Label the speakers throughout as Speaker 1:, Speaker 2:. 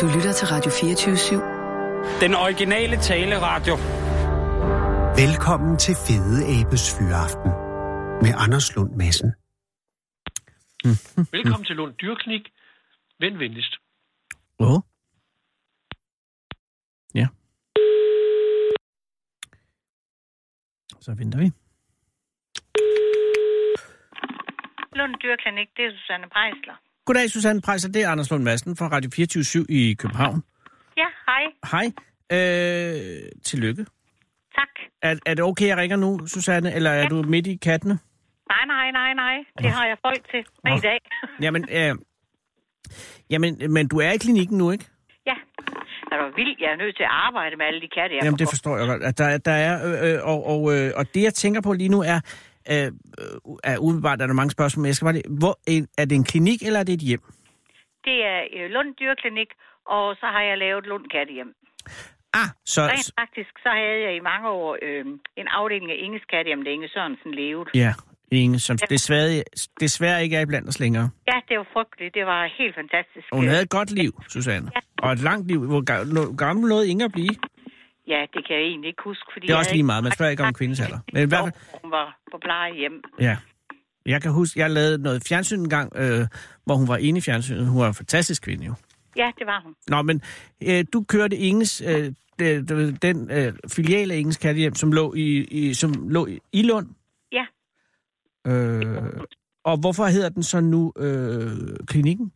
Speaker 1: Du lytter til Radio 24
Speaker 2: Den originale taleradio.
Speaker 3: Velkommen til Fede Abes Fyraften med Anders Lund Madsen.
Speaker 4: Velkommen til Lund Dyrknik. Vend venligst.
Speaker 5: Hvad? Ja. Så venter vi.
Speaker 6: Lund Dyrklinik, det er Susanne Prejsler.
Speaker 5: Goddag, Susanne Prejser. Det er Anders Lund Madsen fra Radio 24 i København.
Speaker 6: Ja, hej.
Speaker 5: Hej. Øh, tillykke.
Speaker 6: Tak.
Speaker 5: Er, er det okay, jeg ringer nu, Susanne, eller er du midt i kattene?
Speaker 6: Nej, nej, nej, nej. Det har jeg folk til i dag.
Speaker 5: Jamen, øh, jamen, men du er i klinikken nu, ikke?
Speaker 6: ja. Er du vild? Jeg er nødt til at arbejde med alle de katte, jeg
Speaker 5: Jamen, det
Speaker 6: får.
Speaker 5: forstår jeg godt. At Der, der er, øh, øh, og, og, øh, og det, jeg tænker på lige nu, er, øh, øh, er umiddelbart, er der mange spørgsmål, men jeg skal bare lige, hvor, en- er det en klinik, eller er det et hjem?
Speaker 6: Det er øh, Lund Dyrklinik, og så har jeg lavet Lund Kattehjem.
Speaker 5: Ah, så...
Speaker 6: Rent faktisk, så havde jeg i mange år øh, en afdeling af Inges Kattehjem, da Inge Sørensen levede.
Speaker 5: Ja, Inge, som desværre, desværre ikke er blandt os længere.
Speaker 6: Ja, det var frygteligt. Det var helt fantastisk.
Speaker 5: Og hun havde et godt liv, Susanne. Og et langt liv. Hvor ga- nå- gammel nåede Inge at blive?
Speaker 6: Ja, det kan jeg egentlig ikke huske. Fordi
Speaker 5: Det er
Speaker 6: jeg
Speaker 5: også
Speaker 6: havde
Speaker 5: lige meget. Man spørger ikke om kvindens alder. Men i hvert fald,
Speaker 6: Hun var på plejehjem.
Speaker 5: ja. Jeg kan huske, jeg lavede noget fjernsyn en gang, øh, hvor hun var inde i fjernsynet. Hun var en fantastisk kvinde jo.
Speaker 6: Ja, det var hun.
Speaker 5: Nå, men øh, du kørte Inges, øh, de- de- den øh, filial af Inges Kattehjem, som lå i, i, som lå i, i Lund.
Speaker 6: Ja.
Speaker 5: Øh, og hvorfor hedder den så nu øh, klinikken?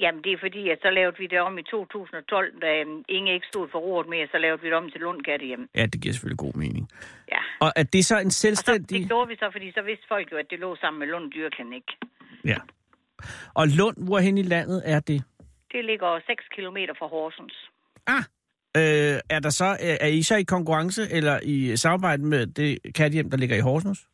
Speaker 6: Jamen, det er fordi, at så lavede vi det om i 2012, da øhm, Inge ikke stod for roret mere, så lavede vi det om til Lund Kattehjem.
Speaker 5: Ja, det giver selvfølgelig god mening.
Speaker 6: Ja.
Speaker 5: Og er det så en
Speaker 6: Og så, det
Speaker 5: selvstændig...
Speaker 6: gjorde vi så, fordi så vidste folk jo, at det lå sammen med Lund Dyrklinik.
Speaker 5: Ja. Og Lund, hvorhen i landet er det?
Speaker 6: Det ligger 6 km fra Horsens.
Speaker 5: Ah! Øh, er, der så, er- er I så i konkurrence eller i samarbejde med det kattehjem, der ligger i Horsens?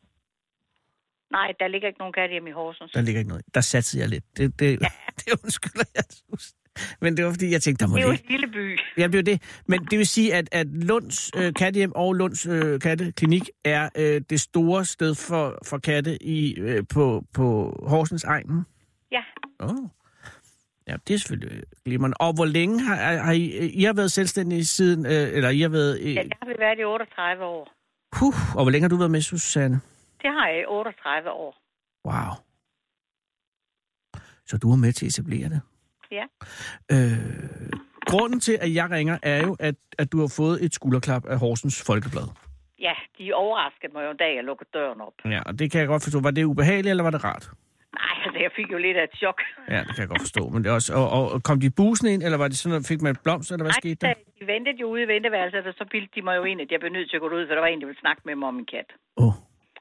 Speaker 6: Nej, der ligger ikke nogen kattehjem i Horsens.
Speaker 5: Der ligger ikke noget. Der satte jeg lidt. Det, det, det undskylder jeg, Sus. Men det var, fordi jeg tænkte, der må
Speaker 6: Det er jo
Speaker 5: ligge.
Speaker 6: en lille by.
Speaker 5: Ja, det er jo det. Men det vil sige, at, at Lunds øh, kattehjem og Lunds øh, katteklinik er øh, det store sted for, for katte i, øh, på, på Horsens egnen.
Speaker 6: Ja,
Speaker 5: Oh. Ja, det er selvfølgelig øh, glimrende. Og hvor længe har, har, har I, I har været selvstændige siden, øh, eller I har været... Øh,
Speaker 6: ja der har vi været i 38 år.
Speaker 5: huh, og hvor længe har du været med, Susanne?
Speaker 6: Det har jeg i 38 år.
Speaker 5: Wow. Så du er med til at etablere det?
Speaker 6: Ja.
Speaker 5: Øh, grunden til, at jeg ringer, er jo, at, at du har fået et skulderklap af Horsens Folkeblad.
Speaker 6: Ja, de overraskede mig jo en dag, jeg lukkede døren op.
Speaker 5: Ja, og det kan jeg godt forstå. Var det ubehageligt, eller var det rart?
Speaker 6: Nej, altså, jeg fik jo lidt af et chok.
Speaker 5: Ja, det kan jeg godt forstå. Men det er også, og, og, og kom de busende ind, eller var det sådan, noget, fik man et blomst, eller hvad
Speaker 6: Nej,
Speaker 5: skete der?
Speaker 6: da de ventede jo ude i venteværelset, og så bildte de mig jo ind, at jeg blev nødt til at gå ud, for der var en, der ville snakke med mig om min kat.
Speaker 5: Åh, oh,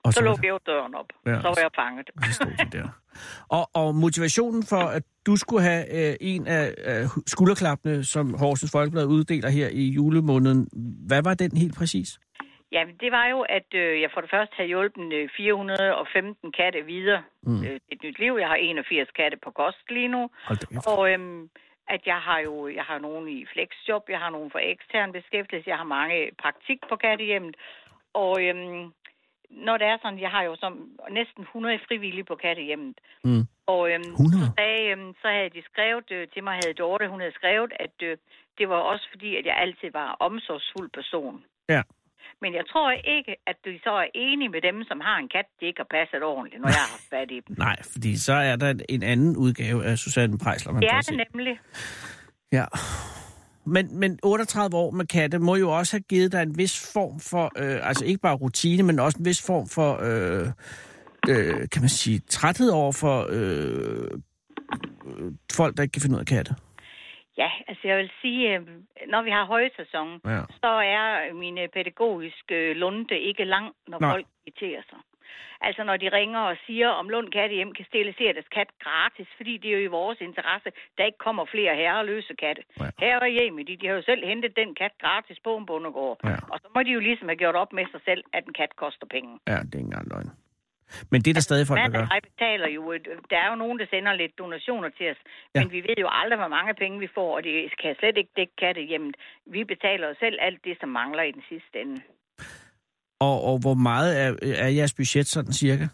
Speaker 5: og
Speaker 6: Så
Speaker 5: så, var
Speaker 6: lukkede jeg jo døren op.
Speaker 5: Ja.
Speaker 6: Så var jeg fanget.
Speaker 5: det- så stod de der. Og, og motivationen for, at du skulle have øh, en af øh, skulderklappene, som Horsens Folkeblad uddeler her i julemåneden, hvad var den helt præcis?
Speaker 6: Jamen, det var jo, at øh, jeg for det første havde hjulpet øh, 415 katte videre mm. øh, til et nyt liv. Jeg har 81 katte på kost lige nu.
Speaker 5: Hold da kæft.
Speaker 6: Og øhm, at jeg har jo jeg har nogen i flexjob, jeg har nogen for ekstern beskæftigelse, jeg har mange praktik på kattehjemmet. Og øhm, når det er sådan, jeg har jo som næsten 100 frivillige på kattehjemmet.
Speaker 5: Mm.
Speaker 6: Og øhm,
Speaker 5: 100?
Speaker 6: så, sagde, øhm, så havde de skrevet øh, til mig, havde Dorte, hun havde skrevet, at øh, det var også fordi, at jeg altid var omsorgsfuld person.
Speaker 5: Ja.
Speaker 6: Men jeg tror ikke, at du så er enig med dem, som har en kat, de ikke har passet ordentligt, når jeg har haft fat i dem.
Speaker 5: Nej, fordi så er der en anden udgave af Susanne Prejsler, man
Speaker 6: Det
Speaker 5: kan
Speaker 6: er
Speaker 5: se.
Speaker 6: det nemlig.
Speaker 5: Ja. Men, men 38 år med katte må jo også have givet dig en vis form for, øh, altså ikke bare rutine, men også en vis form for, øh, øh, kan man sige, træthed over for øh, øh, folk, der ikke kan finde ud af katte.
Speaker 6: Ja, altså jeg vil sige, øh, når vi har højsæson,
Speaker 5: Ja.
Speaker 6: så er mine pædagogiske lunde ikke lang, når
Speaker 5: Nej.
Speaker 6: Nej. folk irriterer sig. Altså når de ringer og siger, om Lund Katte hjem kan sterilisere deres kat gratis, fordi det er jo i vores interesse, der ikke kommer flere herreløse katte.
Speaker 5: Ja.
Speaker 6: Ja. Herre hjemme, de, de har jo selv hentet den kat gratis på en bondegård.
Speaker 5: Ja.
Speaker 6: Ja. Og så må de jo ligesom have gjort op med sig selv, at en kat koster penge.
Speaker 5: Ja, det er ikke engang løgn. Men
Speaker 6: Altså,
Speaker 5: det er der stadig folk, der
Speaker 6: Mand og
Speaker 5: gør.
Speaker 6: jeg betaler jo, et, der er jo nogen, der sender lidt donationer til os,
Speaker 5: Ja.
Speaker 6: ja. men vi ved jo aldrig, hvor mange penge vi får, og det kan slet ikke dække kattehjemmet. Vi betaler jo selv alt det, som mangler i den sidste ende.
Speaker 5: Og, og hvor meget er, er jeres budget sådan cirka?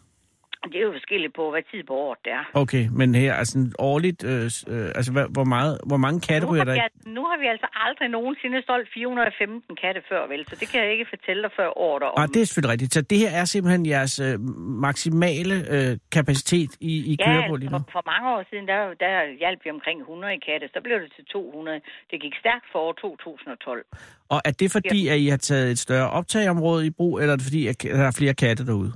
Speaker 6: Det er jo forskelligt på, hvad tid på året det er.
Speaker 5: Okay, men her, altså årligt, øh, s- øh, altså hvad, hvor, meget, hvor mange katte
Speaker 6: Nu har,
Speaker 5: ryger der
Speaker 6: vi,
Speaker 5: i?
Speaker 6: altså- nu har vi altså aldrig nogensinde solgt 415 katte før, vel? Så det kan jeg ikke fortælle dig før året om.
Speaker 5: Ah, det er selvfølgelig rigtigt. Så det her er simpelthen jeres øh, maksimale øh, kapacitet, I, I
Speaker 6: ja, altså,
Speaker 5: kører på lige nu?
Speaker 6: for, for mange år siden, der, der hjalp vi omkring 100 katte. Så blev det til 200. Det gik stærkt for år 2012.
Speaker 5: Og er det fordi, at I har taget et større optagområde i brug, eller er det fordi, at der er flere katte derude?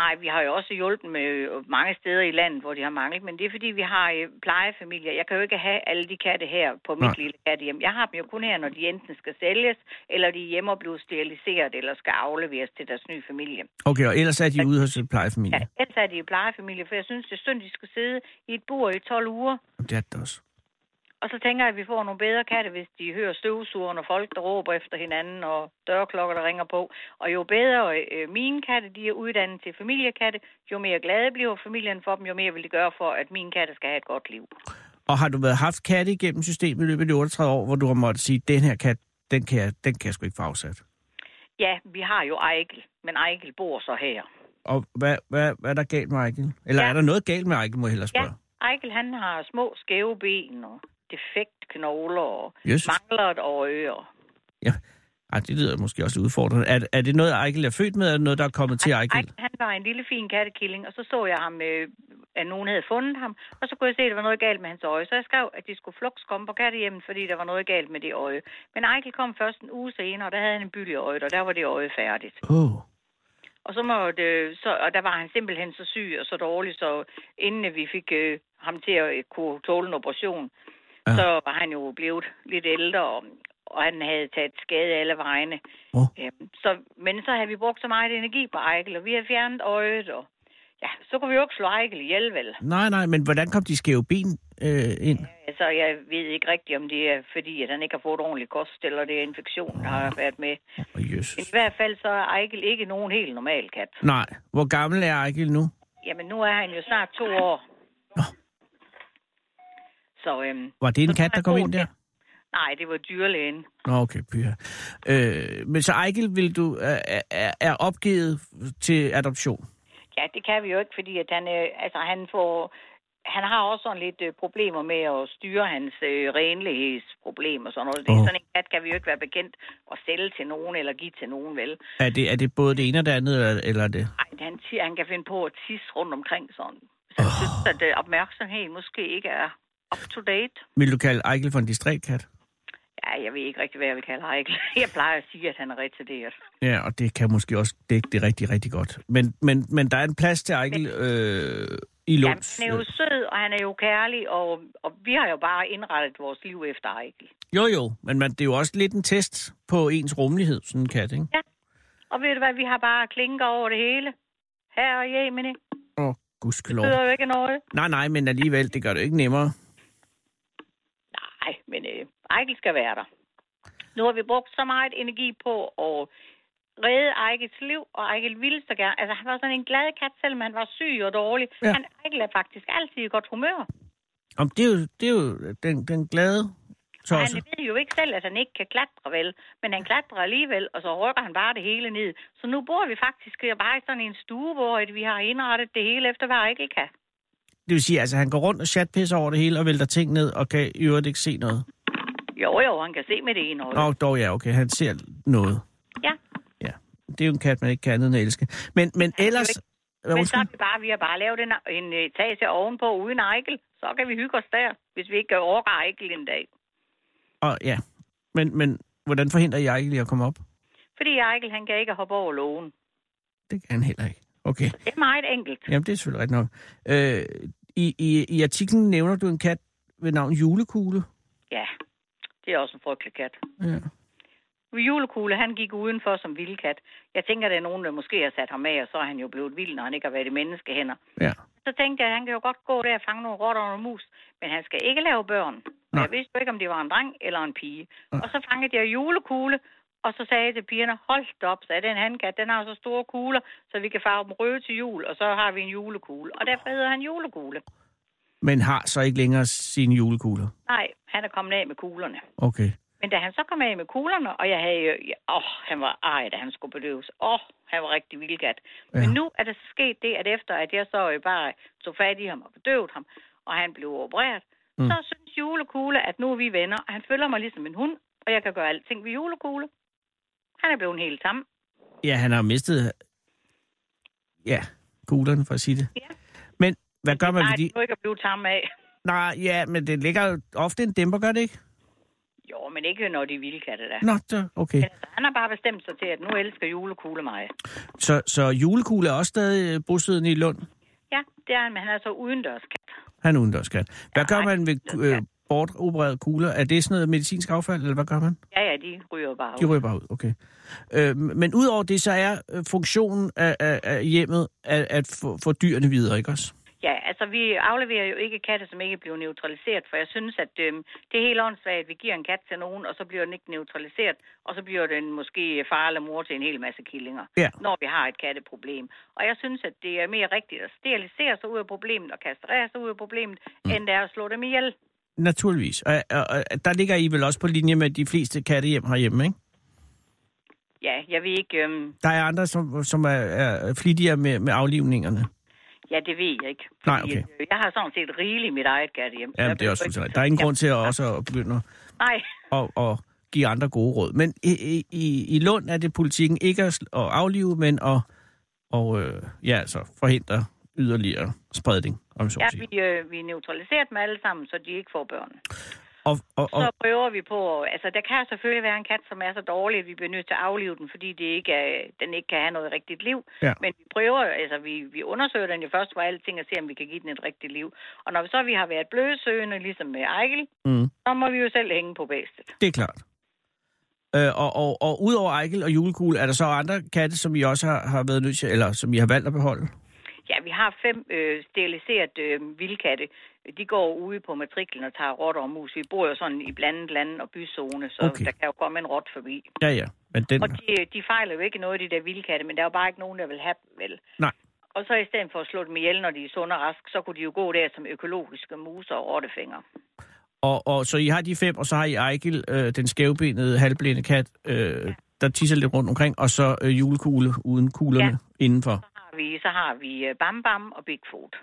Speaker 6: Nej, vi har jo også hjulpet med øh, mange steder i landet, hvor de har manglet, men det er fordi, vi har øh, plejefamilier. Jeg kan jo ikke have alle de katte her på mit
Speaker 5: Nej.
Speaker 6: Nej. lille kattehjem. Jeg har dem jo kun her, når de enten skal sælges, eller de er hjemme og bliver steriliseret, eller skal afleveres til deres nye familie.
Speaker 5: Okay, og ellers er de ude hos en
Speaker 6: Ja,
Speaker 5: plejefamilie.
Speaker 6: ellers er de i plejefamilie, for jeg synes, det er synd, de skal sidde i et bur i 12 uger.
Speaker 5: Jamen, Det er det også.
Speaker 6: Og så tænker jeg, at vi får nogle bedre katte, hvis de hører støvsugeren og folk, der råber efter hinanden og dørklokker, der ringer på. Og jo bedre øh, mine katte, de er uddannet til familiekatte, jo mere glade bliver familien for dem, jo mere vil de gøre for, at mine katte skal have et godt liv.
Speaker 5: Og har du været haft katte igennem systemet i løbet af de 38 år, hvor du har måttet sige, den her kat, den kan jeg, den kan jeg sgu ikke få afsat?
Speaker 6: Ja, vi har jo Ejkel, men Ejkel bor så her.
Speaker 5: Og hvad, hvad, hvad er der galt med Ejken? Eller ja.
Speaker 6: Ja.
Speaker 5: er der noget galt med Ejken, må jeg hellere
Speaker 6: Ja,
Speaker 5: spørge?
Speaker 6: Ejkel han har små skæve ben og defekt knogler og
Speaker 5: Jesus.
Speaker 6: mangler et øje. og-
Speaker 5: Ja. Ej, det lyder måske også udfordrende. Er, er det noget, Ejkel er født med, eller er det noget, der er kommet til Ejkel?
Speaker 6: Ejkel, han var en lille fin kattekilling, og så så jeg ham, øh, at nogen havde fundet ham, og så kunne jeg se, at der var noget galt med hans øje. Så jeg skrev, at de skulle flugt komme på kattehjemmet, fordi der var noget galt med det øje. Men Ejkel kom først en uge senere, og der havde han en byld i øjet, og der var det øje færdigt.
Speaker 5: Åh. Oh.
Speaker 6: Og, så måtte, øh, så, og der var han simpelthen så syg og så dårlig, så inden øh, vi fik øh, ham til at øh, kunne tåle en operation,
Speaker 5: Ja.
Speaker 6: ja. så var han jo blevet lidt ældre, og, og han havde taget skade alle vegne.
Speaker 5: Åh.
Speaker 6: Øhm, Så, men så havde vi brugt så meget energi på Ejkel, og vi havde fjernet øjet, og ja, så kunne vi jo ikke slå Ejkel ihjel, vel?
Speaker 5: Nej, nej, men hvordan kom de skæve ben øh, ind?
Speaker 6: Så Altså, jeg ved ikke rigtigt, om det er fordi, at han ikke har fået ordentlig kost, eller det er infektion, der har været med.
Speaker 5: Åh, oh,
Speaker 6: Men
Speaker 5: Jesus.
Speaker 6: i hvert fald så er Ejkel ikke nogen helt normal kat.
Speaker 5: Nej, hvor gammel er Ejkel nu?
Speaker 6: Jamen, nu er han jo snart to år. Så, øhm,
Speaker 5: Var det en
Speaker 6: så
Speaker 5: kat,
Speaker 6: er
Speaker 5: der kom
Speaker 6: han
Speaker 5: ind
Speaker 6: god
Speaker 5: der?
Speaker 6: til- Nej, det var dyrlægen.
Speaker 5: Nå, okay, pyha. Øh, men så Ejkel vil du, er, er- er opgivet til adoption?
Speaker 6: Ja, det kan vi jo ikke, fordi at han, øh, altså, han får... Han har også sådan lidt øh, problemer med at styre hans øh, renlighedsproblemer og sådan noget. Det
Speaker 5: Åh.
Speaker 6: er sådan en kat, kan vi jo ikke være bekendt at sælge til nogen eller give til nogen, vel?
Speaker 5: Er det, er det både det ene og det andet, eller, eller er det?
Speaker 6: Ej, han, siger, han kan finde på at tisse rundt omkring sådan. Så jeg synes, at øh, opmærksomheden måske ikke er up to date.
Speaker 5: Vil du kalde Ejkel for en distrætkat?
Speaker 6: Ja, jeg ved ikke rigtig, hvad jeg vil kalde Ejkel. Jeg plejer at sige, at han er retarderet.
Speaker 5: Ja, og det kan måske også dække det rigtig, rigtig godt. Men, men, men der er en plads til Ejkel øh, i
Speaker 6: Ja,
Speaker 5: Lunds.
Speaker 6: han er jo sød, og han er jo kærlig, og, og vi har jo bare indrettet vores liv efter Ejkel.
Speaker 5: jo, jo, men man, det er jo også lidt en test på ens rummelighed, sådan en kat, ikke?
Speaker 6: Og ved du hvad, vi har bare klinker over det hele. Her og hjemme, det
Speaker 5: Åh, oh, gudskelov.
Speaker 6: betyder jo ikke noget.
Speaker 5: Nej, nej, men alligevel, det gør det jo ikke nemmere.
Speaker 6: Nej, men øh, Ejkel skal være der. Nu har vi brugt så meget energi på at redde Ejkels liv, og Ejkel ville så gerne. Altså, han var sådan en glad kat, selvom han var syg og dårlig.
Speaker 5: Ja.
Speaker 6: Ja. Han, Ejkel er faktisk altid i godt humør.
Speaker 5: Om det er jo, det er jo den, den glade
Speaker 6: Og han
Speaker 5: tosset.
Speaker 6: ved jo ikke selv, at han ikke kan klatre vel, men han klatrer alligevel, og så rykker han bare det hele ned. Så nu bor vi faktisk bare i sådan en stue, hvor at vi har indrettet det hele efter, hvad Ejkel kan.
Speaker 5: Det vil sige, altså han går rundt og chatpisser over det hele og vælter ting ned og kan i øvrigt ikke se noget.
Speaker 6: Jo, jo, han kan se med det ene øje.
Speaker 5: Nå, dog ja, okay, han ser noget.
Speaker 6: Ja.
Speaker 5: Ja, det er jo en kat, man ikke kan andet end at elske. Men, men
Speaker 6: jo
Speaker 5: ellers...
Speaker 6: ikke-
Speaker 5: Hvad,
Speaker 6: Men så
Speaker 5: undskyld?
Speaker 6: er vi bare, vi har bare lavet en, en øh, etage ovenpå uden Ejkel. Så kan vi hygge os der, hvis vi ikke overgår Ejkel en dag.
Speaker 5: Og, ja. Men, men hvordan forhindrer jeg ikke lige at komme op?
Speaker 6: Fordi Ejkel, han kan ikke hoppe over lågen.
Speaker 5: Det kan han heller ikke. Okay,
Speaker 6: Det er meget enkelt.
Speaker 5: jamen det er selvfølgelig rigtigt nok. Øh, i, i, I artiklen nævner du en kat ved navn Julekugle.
Speaker 6: Ja, det er også en frygtelig kat.
Speaker 5: Ja.
Speaker 6: Julekugle, han gik udenfor som vildkat. Jeg tænker, der er nogen, der måske har sat ham af, og så er han jo blevet vild, når han ikke har været i menneskehænder.
Speaker 5: ja.
Speaker 6: Så tænkte jeg, at han kan jo godt gå der og fange nogle rotter og nogle mus, men han skal ikke lave børn. Og
Speaker 5: Nej.
Speaker 6: jeg vidste jo ikke, om det var en dreng eller en pige. Og så fangede jeg julekugle, og så sagde jeg til pigerne, hold da op, sagde den handkat, den har så store kugler, så vi kan farve dem røde til jul, og så har vi en julekugle. Og derfor hedder han julekugle.
Speaker 5: Men har så ikke længere sine julekugler.
Speaker 6: Nej, han er kommet af med kuglerne.
Speaker 5: Okay.
Speaker 6: Men da han så kom af med kuglerne, og jeg havde jo... ja, Åh, oh, han var ej, da han skulle bedøves. Åh, oh, han var rigtig vildgat. Ja. Men nu er der så sket det, at efter at jeg så jo bare tog fat i ham og bedøvede ham, og han blev opereret, mm. så synes julekugle, at nu er vi venner, og han følger mig ligesom en hund, og jeg kan gøre alting ved julekugle. Han er blevet helt tam.
Speaker 5: Ja, han har jo mistet... Ja, kuglerne, for at sige det.
Speaker 6: Ja.
Speaker 5: Men hvad gør man
Speaker 6: Nej,
Speaker 5: ved de...
Speaker 6: det er jo ikke at blive tam af.
Speaker 5: Nej, ja, men det ligger jo ofte en dæmper, gør det ikke?
Speaker 6: Jo, men ikke når de er vildkatte, da.
Speaker 5: Nå, da, okay.
Speaker 6: Altså, han har bare bestemt sig til, at nu elsker julekugle mig.
Speaker 5: Så, så julekugle er også stadig øh, bosiddende i Lund.
Speaker 6: Ja, det er han, men han er så udendørs kat.
Speaker 5: Han er udendørskat. Hvad gør
Speaker 6: Nej,
Speaker 5: man ved øh,
Speaker 6: udendørskat.
Speaker 5: bortopererede kugler? Er det sådan noget medicinsk affald, eller hvad gør man?
Speaker 6: Ja, ja, de ryger bare
Speaker 5: De
Speaker 6: ud.
Speaker 5: ryger bare ud, okay. Øh, men udover det, så er øh, funktionen af, af, af hjemmet at, at få, få dyrene videre, ikke også?
Speaker 6: Ja, altså vi afleverer jo ikke katte, som ikke bliver neutraliseret, for jeg synes, at øh, det er helt åndssvagt, at vi giver en kat til nogen, og så bliver den ikke neutraliseret, og så bliver den måske far eller mor til en hel masse killinger,
Speaker 5: Ja.
Speaker 6: når vi har et katteproblem. Og jeg synes, at det er mere rigtigt at sterilisere sig ud af problemet og kastrere sig ud af problemet, mm. end det er at slå dem ihjel.
Speaker 5: Naturligvis. Og, og, og der ligger I vel også på linje med de fleste kattehjem herhjemme, ikke?
Speaker 6: Ja, jeg ved ikke... Øh,
Speaker 5: Der er andre, som, som er, er flittigere med, med aflivningerne.
Speaker 6: ja, det ved jeg ikke.
Speaker 5: Nej,
Speaker 6: Fordi,
Speaker 5: okay.
Speaker 6: at, øh, jeg har sådan set rigeligt mit eget kattehjem.
Speaker 5: Ja, det er også fuldstændig. Der er ingen grund til at også at begynde at,
Speaker 6: Nej,
Speaker 5: at, at give andre gode råd. Men i, i- i, i Lund er det politikken ikke at, sl- at aflive, men at og, øh, ja, altså, forhindre yderligere spredning, om jeg så
Speaker 6: ja,
Speaker 5: må sige.
Speaker 6: vi, øh, vi er neutraliseret dem alle sammen, så de ikke får børn.
Speaker 5: Og, og,
Speaker 6: Så
Speaker 5: og,
Speaker 6: prøver vi på, altså der kan selvfølgelig være en kat, som er så dårlig, at vi bliver nødt til at aflive den, fordi det ikke er, den ikke kan have noget rigtigt liv.
Speaker 5: Ja.
Speaker 6: Men vi prøver, altså vi, vi undersøger den jo først for alting og ser, om vi kan give den et rigtigt liv. Og når vi så vi har været blødsøgende, ligesom med Ejkel,
Speaker 5: Mm.
Speaker 6: så må vi jo selv hænge på bæstet.
Speaker 5: det er klart. Øh, og, og, og udover Ejkel og julekugle, er der så andre katte, som I også har, har været nødt til, eller som I har valgt at beholde?
Speaker 6: Ja, vi har fem øh, steriliserede øh, vildkatte. De går ude på matriklen og tager rotter og mus. Vi bor jo sådan i blandet land og byzone, så
Speaker 5: Okay.
Speaker 6: okay. der kan jo komme en rot forbi.
Speaker 5: Ja, ja. Men den,
Speaker 6: Og de, de fejler jo ikke noget, de der vildkatte, men der er jo bare ikke nogen, der vil have dem, vel?
Speaker 5: Nej.
Speaker 6: Og så i stedet for at slå dem ihjel, når de er sunde og raske, så kunne de jo gå der som økologiske muser og rottefinger.
Speaker 5: og, og, så I har de fem, og så har I Ejkel, øh, den skævbenede, halvblinde kat, øh, der tisser lidt rundt omkring, og så øh, julekugle uden kuglerne ja. indenfor.
Speaker 6: Så har vi, så har vi øh, Bam Bam og Bigfoot.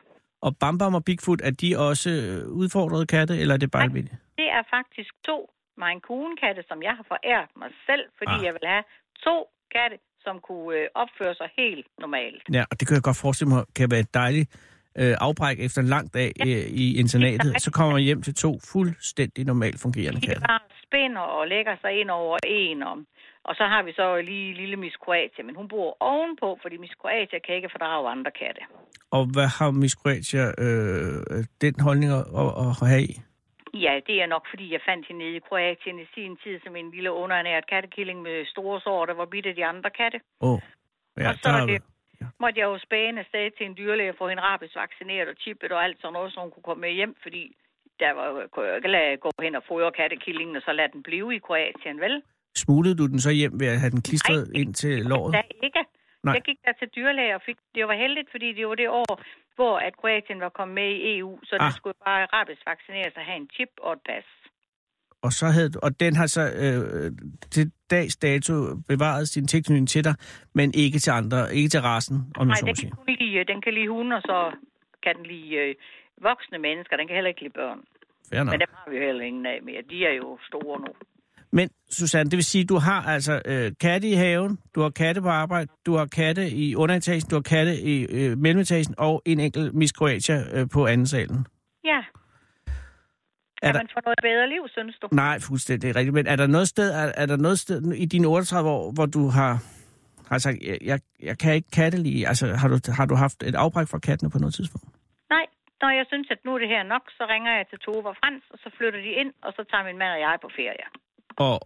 Speaker 5: Og Bam Bam og Bigfoot, er de også øh, udfordrede katte, eller er det bare
Speaker 6: Nej.
Speaker 5: almindelige?
Speaker 6: Det er faktisk to Mein Coon-katte, som jeg har foræret mig selv, fordi
Speaker 5: Ah.
Speaker 6: ah. jeg vil have to katte, som kunne øh, opføre sig helt normalt.
Speaker 5: Ja, og det kan jeg godt forestille mig, kan være et dejligt øh, afbræk efter en lang dag øh, i internatet. Så kommer man hjem til to fuldstændig normalt fungerende
Speaker 6: De
Speaker 5: katte.
Speaker 6: bare spænder og lægger sig ind over en om. Og så har vi så lige lille Miss Kroatia, men hun bor ovenpå, fordi Miss Kroatia kan ikke fordrage andre katte.
Speaker 5: Og hvad har Miss Croatia øh, øh, den holdning at, at, at have i?
Speaker 6: Ja, det er nok, fordi jeg fandt hende nede i Kroatien i sin tid som en lille underernæret kattekilling med store sår, der var bidt af de andre katte.
Speaker 5: Åh, oh, ja,
Speaker 6: og så
Speaker 5: der
Speaker 6: er det,
Speaker 5: er,
Speaker 6: måtte jeg jo spæne afsted til en dyrlæge og få hende rabisvaccineret og chippet og alt sådan noget, så hun kunne komme med hjem, fordi der var, kunne jeg jo ikke lade gå hen og fodre kattekillingen, og så lade den blive i Kroatien, vel?
Speaker 5: smuglede du den så hjem ved at have den klistret
Speaker 6: Nej,
Speaker 5: ind til låret?
Speaker 6: Da ikke.
Speaker 5: Nej.
Speaker 6: Nej. Jeg gik der til dyrlæge og fik, det var heldigt, fordi det var det år, hvor at Kroatien var kommet med i EU, så ah.
Speaker 5: Ah.
Speaker 6: det skulle bare rabisvaccineres og have en chip og et pas.
Speaker 5: Og, så havde, du- og den har så øh, til dags dato bevaret sin tilknytning til dig, men ikke til andre, ikke til rasen, om jeg
Speaker 6: Nej,
Speaker 5: så må
Speaker 6: den
Speaker 5: sige.
Speaker 6: kan, kun lide, øh, den kan lide hunde, og så kan den lide øh, voksne mennesker. Den kan heller ikke lide børn.
Speaker 5: Fair nok.
Speaker 6: Men dem har vi jo heller ingen af mere. De er jo store nu.
Speaker 5: Men Susanne, det vil sige, at du har altså øh, katte i haven, du har katte på arbejde, du har katte i underetagen, du har katte i øh, mellemetagen og en enkelt Miss Croatia øh, på anden salen.
Speaker 6: Ja.
Speaker 5: Er
Speaker 6: Kan
Speaker 5: der,
Speaker 6: man få noget bedre liv, synes du?
Speaker 5: nej, fuldstændig rigtigt. Men er der noget sted, er, er der noget sted i dine 38 år, hvor du har, har sagt, jeg, jeg, jeg kan ikke katte lige? Altså, har du, har du haft et afbræk fra kattene på noget tidspunkt?
Speaker 6: Nej. Når jeg synes, at nu er det her nok, så ringer jeg til Tove og Frans, og så flytter de ind, og så tager min mand og jeg på ferie.
Speaker 5: Og,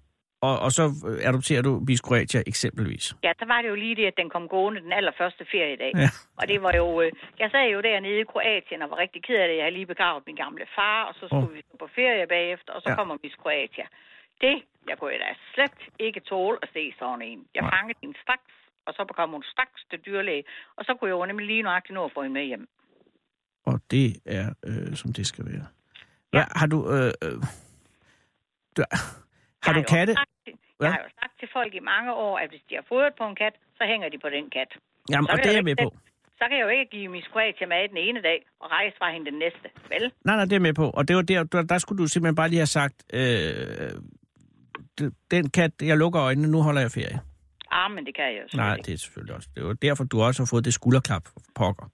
Speaker 5: og, og så øh, adopterer du Miss Croatia eksempelvis.
Speaker 6: Ja, så var det jo lige det, at den kom gående den allerførste feriedag.
Speaker 5: Ja.
Speaker 6: Og det var jo... Øh, jeg sad jo dernede i Kroatien og var rigtig ked af det. Jeg havde lige begravet min gamle far, og så skulle
Speaker 5: Åh.
Speaker 6: oh. vi på ferie bagefter, og så
Speaker 5: Ja.
Speaker 6: ja. kommer Miss Kroatia. Det, jeg kunne da slet ikke tåle at se sådan en. Jeg
Speaker 5: Nej.
Speaker 6: fangede hende straks, og så kom hun straks til dyrlæge, og så kunne jeg jo nemlig lige nøjagtigt nå at få hende med hjem.
Speaker 5: og det er, øh, som det skal være. Hvad, har du... Øh, øh, du Har
Speaker 6: Jeg
Speaker 5: du
Speaker 6: jo
Speaker 5: katte?
Speaker 6: Sagt, til-
Speaker 5: Hvad?
Speaker 6: jeg har jo sagt til folk i mange år, at hvis de har fodret på en kat, så hænger de på den kat.
Speaker 5: Jamen,
Speaker 6: Så
Speaker 5: og
Speaker 6: kan
Speaker 5: det er
Speaker 6: jo
Speaker 5: jeg med
Speaker 6: ikke-
Speaker 5: på.
Speaker 6: Så kan jeg jo ikke give Miss Kroatia mad den ene dag, og rejse fra hende den næste. Vel?
Speaker 5: Nej, nej, det er jeg med på. Og det var der, der, der skulle du simpelthen bare lige have sagt, øh, d- den kat, jeg lukker øjnene, nu holder jeg ferie.
Speaker 6: Ah, men det kan jeg jo selvfølgelig
Speaker 5: Nej,
Speaker 6: ikke.
Speaker 5: det er selvfølgelig også. Det var derfor, du også har fået det skulderklap for pokker.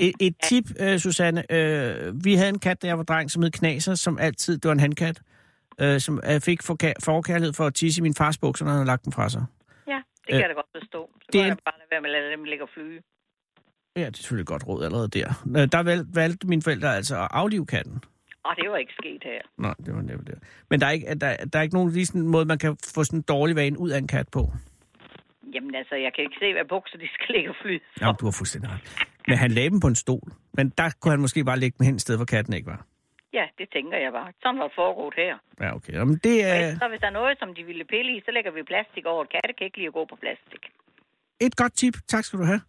Speaker 5: Et, et tip, øh, Susanne. Øh, vi havde en kat, da jeg var dreng, som hed Knaser, som altid, det var en handkat, øh, som øh, fik forka- forkærlighed for at tisse i min fars bukser, når han havde lagt dem fra sig.
Speaker 6: Ja, det
Speaker 5: Øh,
Speaker 6: kan jeg da godt forstå. Så
Speaker 5: det
Speaker 6: det
Speaker 5: er
Speaker 6: kan
Speaker 5: en-
Speaker 6: jeg bare lade være med at lade dem ligge og flyve.
Speaker 5: Ja, det er selvfølgelig et godt råd allerede der. Øh, der valg, valgte mine forældre altså at aflive katten.
Speaker 6: Og Ah, det var ikke sket her.
Speaker 5: Nej, det var nemlig det. Men der er ikke, der, der er ikke nogen lige sådan måde, man kan få sådan en dårlig vane ud af en kat på.
Speaker 6: Jamen altså, jeg kan ikke se, hvad bukser de skal ligge og flyde.
Speaker 5: Ja, du har fuldstændig ret. Men han lagde dem på en stol. Men der kunne han måske bare lægge dem hen et sted, hvor katten ikke var.
Speaker 6: Ja, det tænker jeg bare. Sådan var det foregået her.
Speaker 5: Ja, okay. Jamen, det
Speaker 6: Og
Speaker 5: er
Speaker 6: ellers, så hvis der er noget, som de ville pille i, så lægger vi plastik over. Katte kan ikke lide at gå på plastik.
Speaker 5: et godt tip. Tak skal du have.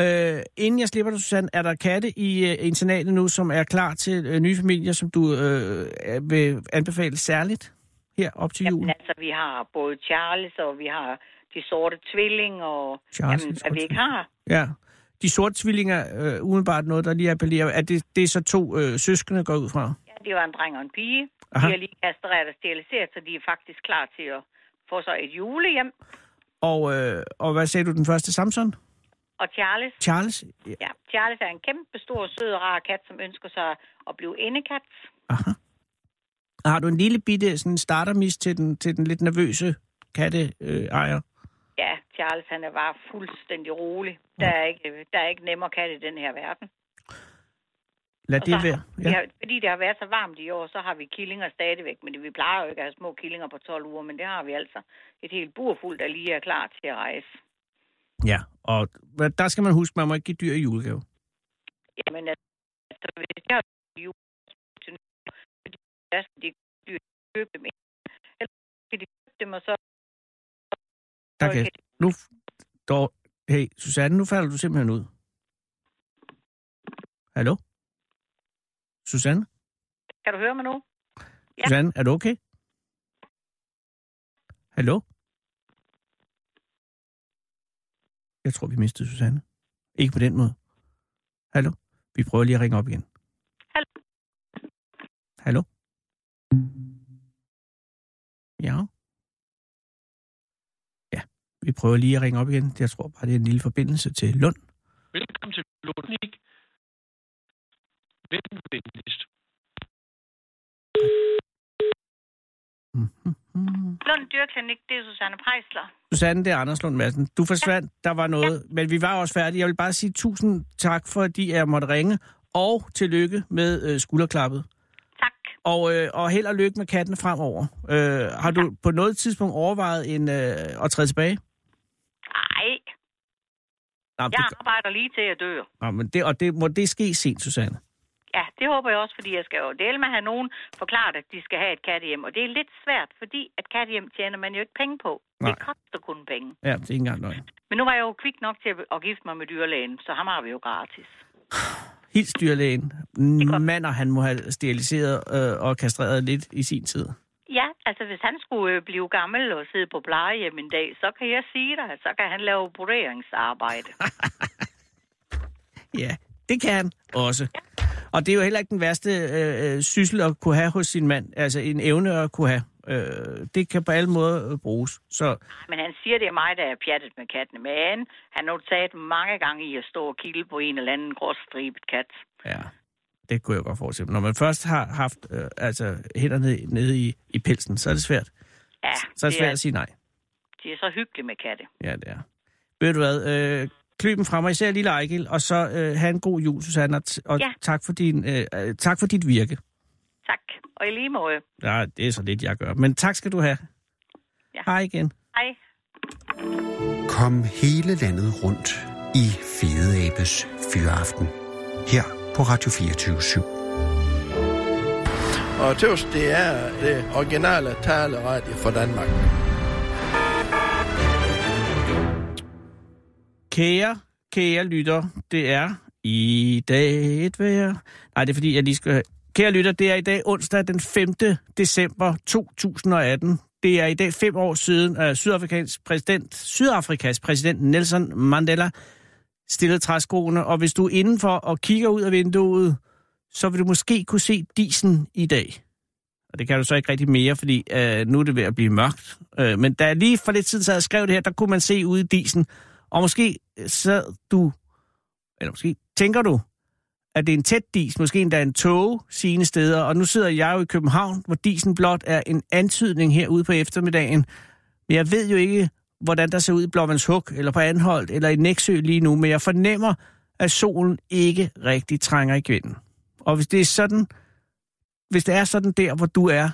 Speaker 5: Øh, inden jeg slipper dig, Susanne, er der katte i øh, internatet nu, som er klar til øh, nye familier, som du øh, øh, vil anbefale særligt her op til jul?
Speaker 6: Jamen altså, vi har både Charles, og vi har de sorte tvilling, og
Speaker 5: Charles,
Speaker 6: jamen,
Speaker 5: de
Speaker 6: hvad
Speaker 5: sorte
Speaker 6: vi ikke har.
Speaker 5: Ja. De sorte tvillinger, øh, umiddelbart noget, der lige appellerer. Er det, det er så to øh, søskende, går jeg ud fra?
Speaker 6: Ja, det var en dreng og en pige.
Speaker 5: Aha.
Speaker 6: Aha. De er lige kastreret og steriliseret, så de er faktisk klar til at få sig et julehjem.
Speaker 5: Og, øh, og hvad sagde du, den første Samson?
Speaker 6: Og Charles,
Speaker 5: Charles? Ja.
Speaker 6: Ja, Charles er en kæmpe stor, sød og rar kat, som ønsker sig at blive indekat.
Speaker 5: Aha. Har du en lille bitte sådan startermis til den, til den lidt nervøse katteejer? Øh, ejer?
Speaker 6: Ja, Charles han er bare fuldstændig rolig. Der er ikke, der er ikke nemmere kat i den her verden.
Speaker 5: Lad
Speaker 6: Og
Speaker 5: det
Speaker 6: så,
Speaker 5: være.
Speaker 6: Ja. Ja, fordi det har været så varmt i år, så har vi killinger stadigvæk. Men det, vi plejer jo ikke at have små killinger på 12 uger, men det har vi altså. Et helt bur fuldt, der lige er klar til at rejse.
Speaker 5: ja. Og hvad- der skal man huske, man må ikke give dyr i julegave.
Speaker 6: Jamen, altså, hvis jeg har jul, til nytår, fordi der skal de dyr købe dem ind. Eller skal de købe dem, og så...
Speaker 5: Der
Speaker 6: så
Speaker 5: kan,
Speaker 6: de-
Speaker 5: nu, dår, hey, Susanne, nu falder du simpelthen ud. Hallo? Susanne?
Speaker 6: Kan du høre mig nu? Ja.
Speaker 5: Susanne, er du okay? Hallo? Jeg tror, vi mistede Susanne. Ikke på den måde. Hallo? Vi prøver lige at ringe op igen.
Speaker 6: Hallo?
Speaker 5: Hallo? Ja? Ja, vi prøver lige at ringe op igen. Jeg tror bare, det er en lille forbindelse til Lund.
Speaker 4: Velkommen til Lundnik. Hvem venligst?
Speaker 5: Mm-hmm.
Speaker 6: Lund Dyrklinik, det er Susanne Prejsler.
Speaker 5: Susanne, det er Anders Lund Madsen. Du forsvandt, der var noget, men vi var også færdige. Jeg vil bare sige tusind tak, fordi jeg måtte ringe, og tillykke med øh, skulderklappet.
Speaker 6: Tak.
Speaker 5: Og, øh, og held og lykke med katten fremover. Øh, har du på noget tidspunkt overvejet en, øh, at træde tilbage?
Speaker 6: Ej,
Speaker 5: Nej,
Speaker 6: jeg
Speaker 5: det,
Speaker 6: arbejder lige til jeg dør.
Speaker 5: nej, men det, og det, må det ske sent, Susanne?
Speaker 6: Ja, det håber jeg også, fordi jeg skal jo dele med at have nogen forklaret, at de skal have et kattehjem. Og det er lidt svært, fordi at kattehjem tjener man jo ikke penge på.
Speaker 5: Nej.
Speaker 6: Det koster kun penge.
Speaker 5: Ja, det er ikke engang løgn.
Speaker 6: Men nu var jeg jo kvik nok til at- at gifte mig med dyrlægen, så ham har vi jo gratis.
Speaker 5: Hils dyrlægen. Mand, og han må have steriliseret øh, og kastreret lidt i sin tid.
Speaker 6: Ja, altså hvis han skulle øh, blive gammel og sidde på plejehjem en dag, så kan jeg sige dig, at så kan han lave broderingsarbejde.
Speaker 5: Ja, det kan han også. Og det er jo heller ikke den værste øh, øh, syssel at kunne have hos sin mand. Altså en evne at kunne have. Øh, det kan på alle måder øh, bruges. Så
Speaker 6: Men han siger, det er mig, der er pjattet med kattene. Men han har jo taget mange gange i at stå og kilde på en eller anden gråstribet kat.
Speaker 5: ja, det kunne jeg godt forestille mig. Når man først har haft øh, altså, hænderne nede, nede i, i pelsen, så er det svært.
Speaker 6: Ja,
Speaker 5: Så er det
Speaker 6: det
Speaker 5: svært
Speaker 6: er,
Speaker 5: at sige nej.
Speaker 6: det er så hyggeligt med katte.
Speaker 5: Ja, det er. Ved du hvad, øh, kløben fra mig, især lille Ejgil, og så øh, have en god jul, Susanne, og, t- og
Speaker 6: Ja.
Speaker 5: tak, for din, øh, øh, tak for dit virke.
Speaker 6: Tak. Og i lige måde.
Speaker 5: Ja, det er så lidt, jeg gør. Men tak skal du have.
Speaker 6: Ja.
Speaker 5: Hej igen.
Speaker 6: Hej.
Speaker 3: Kom hele landet rundt i Fede Abes Fyraften. Her på Radio 24 /7.
Speaker 7: Og tøs, det er det originale taleradio for Danmark.
Speaker 5: Kære, kære lytter, det er i dag et vejr. Nej, det er fordi, jeg lige skal Kære lytter, det er i dag onsdag den 5. december 2018. Det er i dag fem år siden, at Sydafrikas præsident, Sydafrikas præsident Nelson Mandela stillede træskoene. Og hvis du er indenfor og kigger ud af vinduet, så vil du måske kunne se disen i dag. Og det kan du så ikke rigtig mere, fordi øh, nu er det ved at blive mørkt. Øh, men da jeg lige for lidt siden sad og skrev det her, der kunne man se ude i disen. Og måske sad du, eller måske tænker du, at det er en tæt dis, måske endda en tåge sine steder. Og nu sidder jeg jo i København, hvor disen blot er en antydning herude på eftermiddagen. Men jeg ved jo ikke, hvordan der ser ud i Blåvandshuk, eller på Anholdt, eller i Næksø lige nu. Men jeg fornemmer, at solen ikke rigtig trænger igennem. Og hvis det er sådan, hvis det er sådan der, hvor du er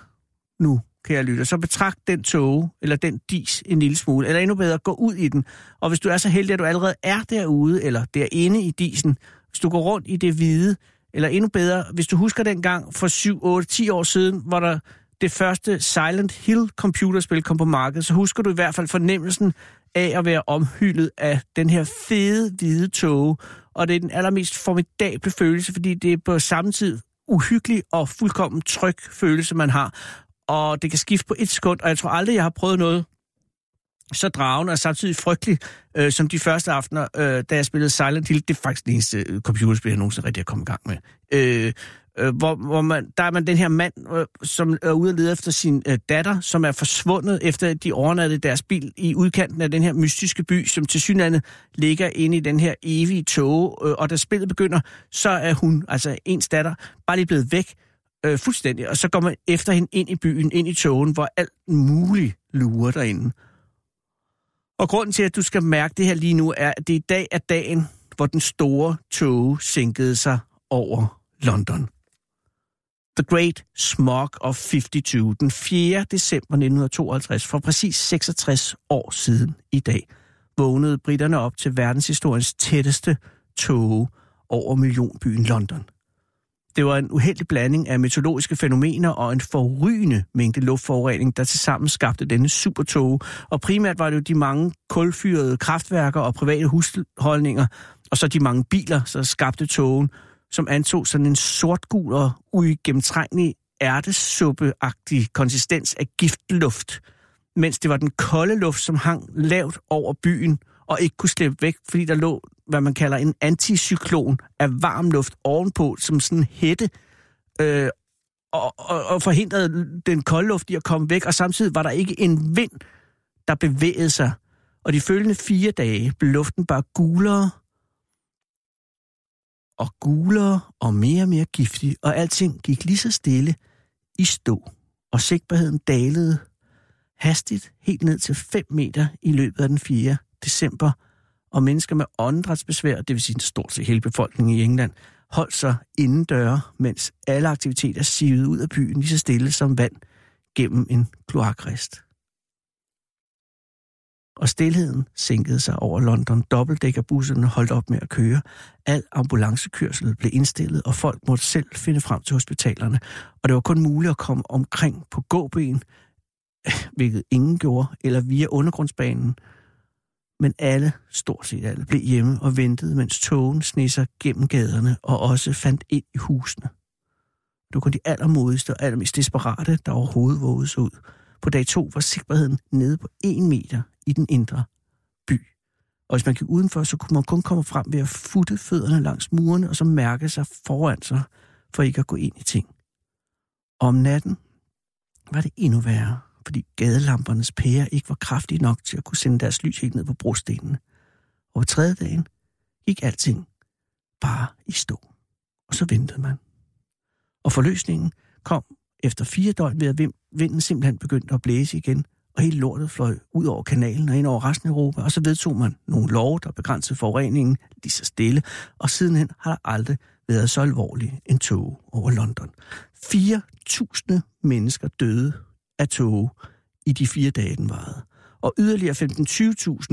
Speaker 5: nu, kære lytter, så betragt den tåge eller den dis en lille smule, eller endnu bedre, gå ud i den. Og hvis du er så heldig, at du allerede er derude eller derinde i disen, hvis du går rundt i det hvide, eller endnu bedre, hvis du husker den gang for 7, 8, 10 år siden, hvor der det første Silent Hill computerspil kom på markedet, så husker du i hvert fald fornemmelsen af at være omhyldet af den her fede hvide tåge. Og det er den allermest formidable følelse, fordi det er på samme tid uhyggelig og fuldkommen tryg følelse, man har. Og det kan skifte på et sekund, og jeg tror aldrig, jeg har prøvet noget så dragende og samtidig frygtelig, øh, som de første aftener, øh, da jeg spillede Silent Hill. Det er faktisk det eneste øh, computerspil, jeg nogensinde rigtig har kommet i gang med. Øh, øh, hvor, hvor man, der er man den her mand, øh, som er ude og lede efter sin øh, datter, som er forsvundet efter de overnattede i deres bil i udkanten af den her mystiske by, som til synlandet ligger inde i den her evige tåge. Øh, og da spillet begynder, så er hun, altså ens datter, bare lige blevet væk øh, fuldstændig. Og så går man efter hende ind i byen, ind i togen, hvor alt muligt lurer derinde. Og grunden til, at du skal mærke det her lige nu, er, at det i dag er dagen, hvor den store tåge sænkede sig over London. The Great Smog of 52, den 4. december 1952, for præcis 66 år siden i dag, vågnede britterne op til verdenshistoriens tætteste tåge over millionbyen London. Det var en uheldig blanding af meteorologiske fænomener og en forrygende mængde luftforurening, der tilsammen skabte denne supertåge. Og primært var det jo de mange kulfyrede kraftværker og private husholdninger, og så de mange biler, der skabte tågen, som antog sådan en sortgul og uigennemtrængelig ærtesuppeagtig konsistens af giftluft, mens det var den kolde luft, som hang lavt over byen og ikke kunne slippe væk, fordi der lå hvad man kalder en anticyklon af varm luft ovenpå, som sådan en hætte, øh, og, og, og forhindrede den kolde luft i at komme væk, og samtidig var der ikke en vind, der bevægede sig. Og de følgende fire dage blev luften bare gulere og gulere og mere og mere giftig, og alting gik lige så stille i stå, og sigtbarheden dalede hastigt helt ned til 5 meter i løbet af den 4. december og mennesker med åndedrætsbesvær, det vil sige stort set hele befolkningen i England, holdt sig indendøre, mens alle aktiviteter sivede ud af byen lige så stille som vand gennem en kloakrest. Og stillheden sænkede sig over London. Dobbeltdækkerbusserne holdt op med at køre. Al ambulancekørsel blev indstillet, og folk måtte selv finde frem til hospitalerne. Og det var kun muligt at komme omkring på gåben, hvilket ingen gjorde, eller via undergrundsbanen, men alle, stort set alle, blev hjemme og ventede, mens togen sneg sig gennem gaderne og også fandt ind i husene. Det var kun de allermodigste og allermest desperate, der overhovedet vågede sig ud. På dag to var sikkerheden nede på en meter i den indre by. Og hvis man gik udenfor, så kunne man kun komme frem ved at futte fødderne langs murene og så mærke sig foran sig, for ikke at gå ind i ting. Om natten var det endnu værre fordi gadelampernes pære ikke var kraftige nok til at kunne sende deres lys helt ned på brostenene. Og på tredje dagen gik alting bare i stå. Og så ventede man. Og forløsningen kom efter fire døgn ved, at vim- vinden simpelthen begyndte at blæse igen, og hele lortet fløj ud over kanalen og ind over resten af Europa, og så vedtog man nogle love, der begrænsede forureningen lige så stille, og sidenhen har der aldrig været så alvorlig en tog over London. 4.000 mennesker døde af tåge i de fire dage, den varede. Og yderligere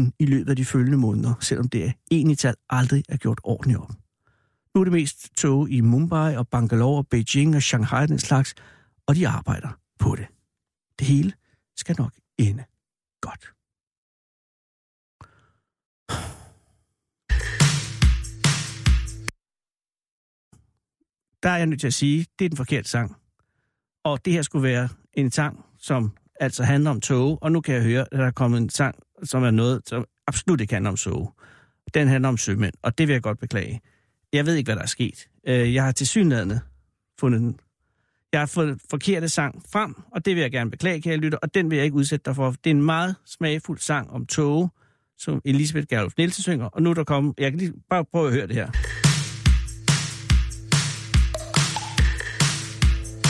Speaker 5: 15-20.000 i løbet af de følgende måneder, selvom det er egentlig tal aldrig er gjort ordentligt op. Nu er det mest tog i Mumbai og Bangalore og Beijing og Shanghai og den slags, og de arbejder på det. Det hele skal nok ende godt. der er jeg nødt til at sige, det er den forkerte sang. Og det her skulle være en sang, som altså handler om tog, og nu kan jeg høre, at der er kommet en sang, som er noget, som absolut ikke handler om tog. Den handler om sømænd, og det vil jeg godt beklage. Jeg ved ikke, hvad der er sket. Øh, Jeg har til synlædende fundet den. Jeg har fået den forkerte sang frem, og det vil jeg gerne beklage, kære lytter, og den vil jeg ikke udsætte dig for. Det er en meget smagfuld sang om tog, som Elisabeth Gerlof Nielsen synger, og nu er der kommet... Jeg kan lige bare prøve at høre det her.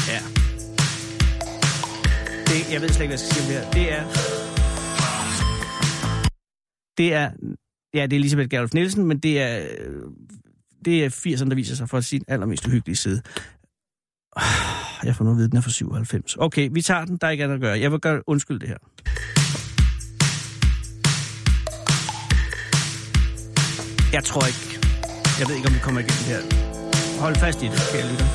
Speaker 5: Ja. Det, jeg ved slet ikke, hvad jeg skal sige om det her. Det er... Det er... Ja, det er Elisabeth Gerlof Nielsen, men det er... øh, Det er 80'erne, der viser sig fra sin allermest uhyggelige side. Ah, Jeg får nu at vide, den er fra 97. Okay, vi tager den. Der er ikke andet at gøre. Jeg vil gøre undskyld det her. Jeg tror ikke... Jeg ved ikke, om vi kommer igennem det her. Hold fast i det, kære lytter.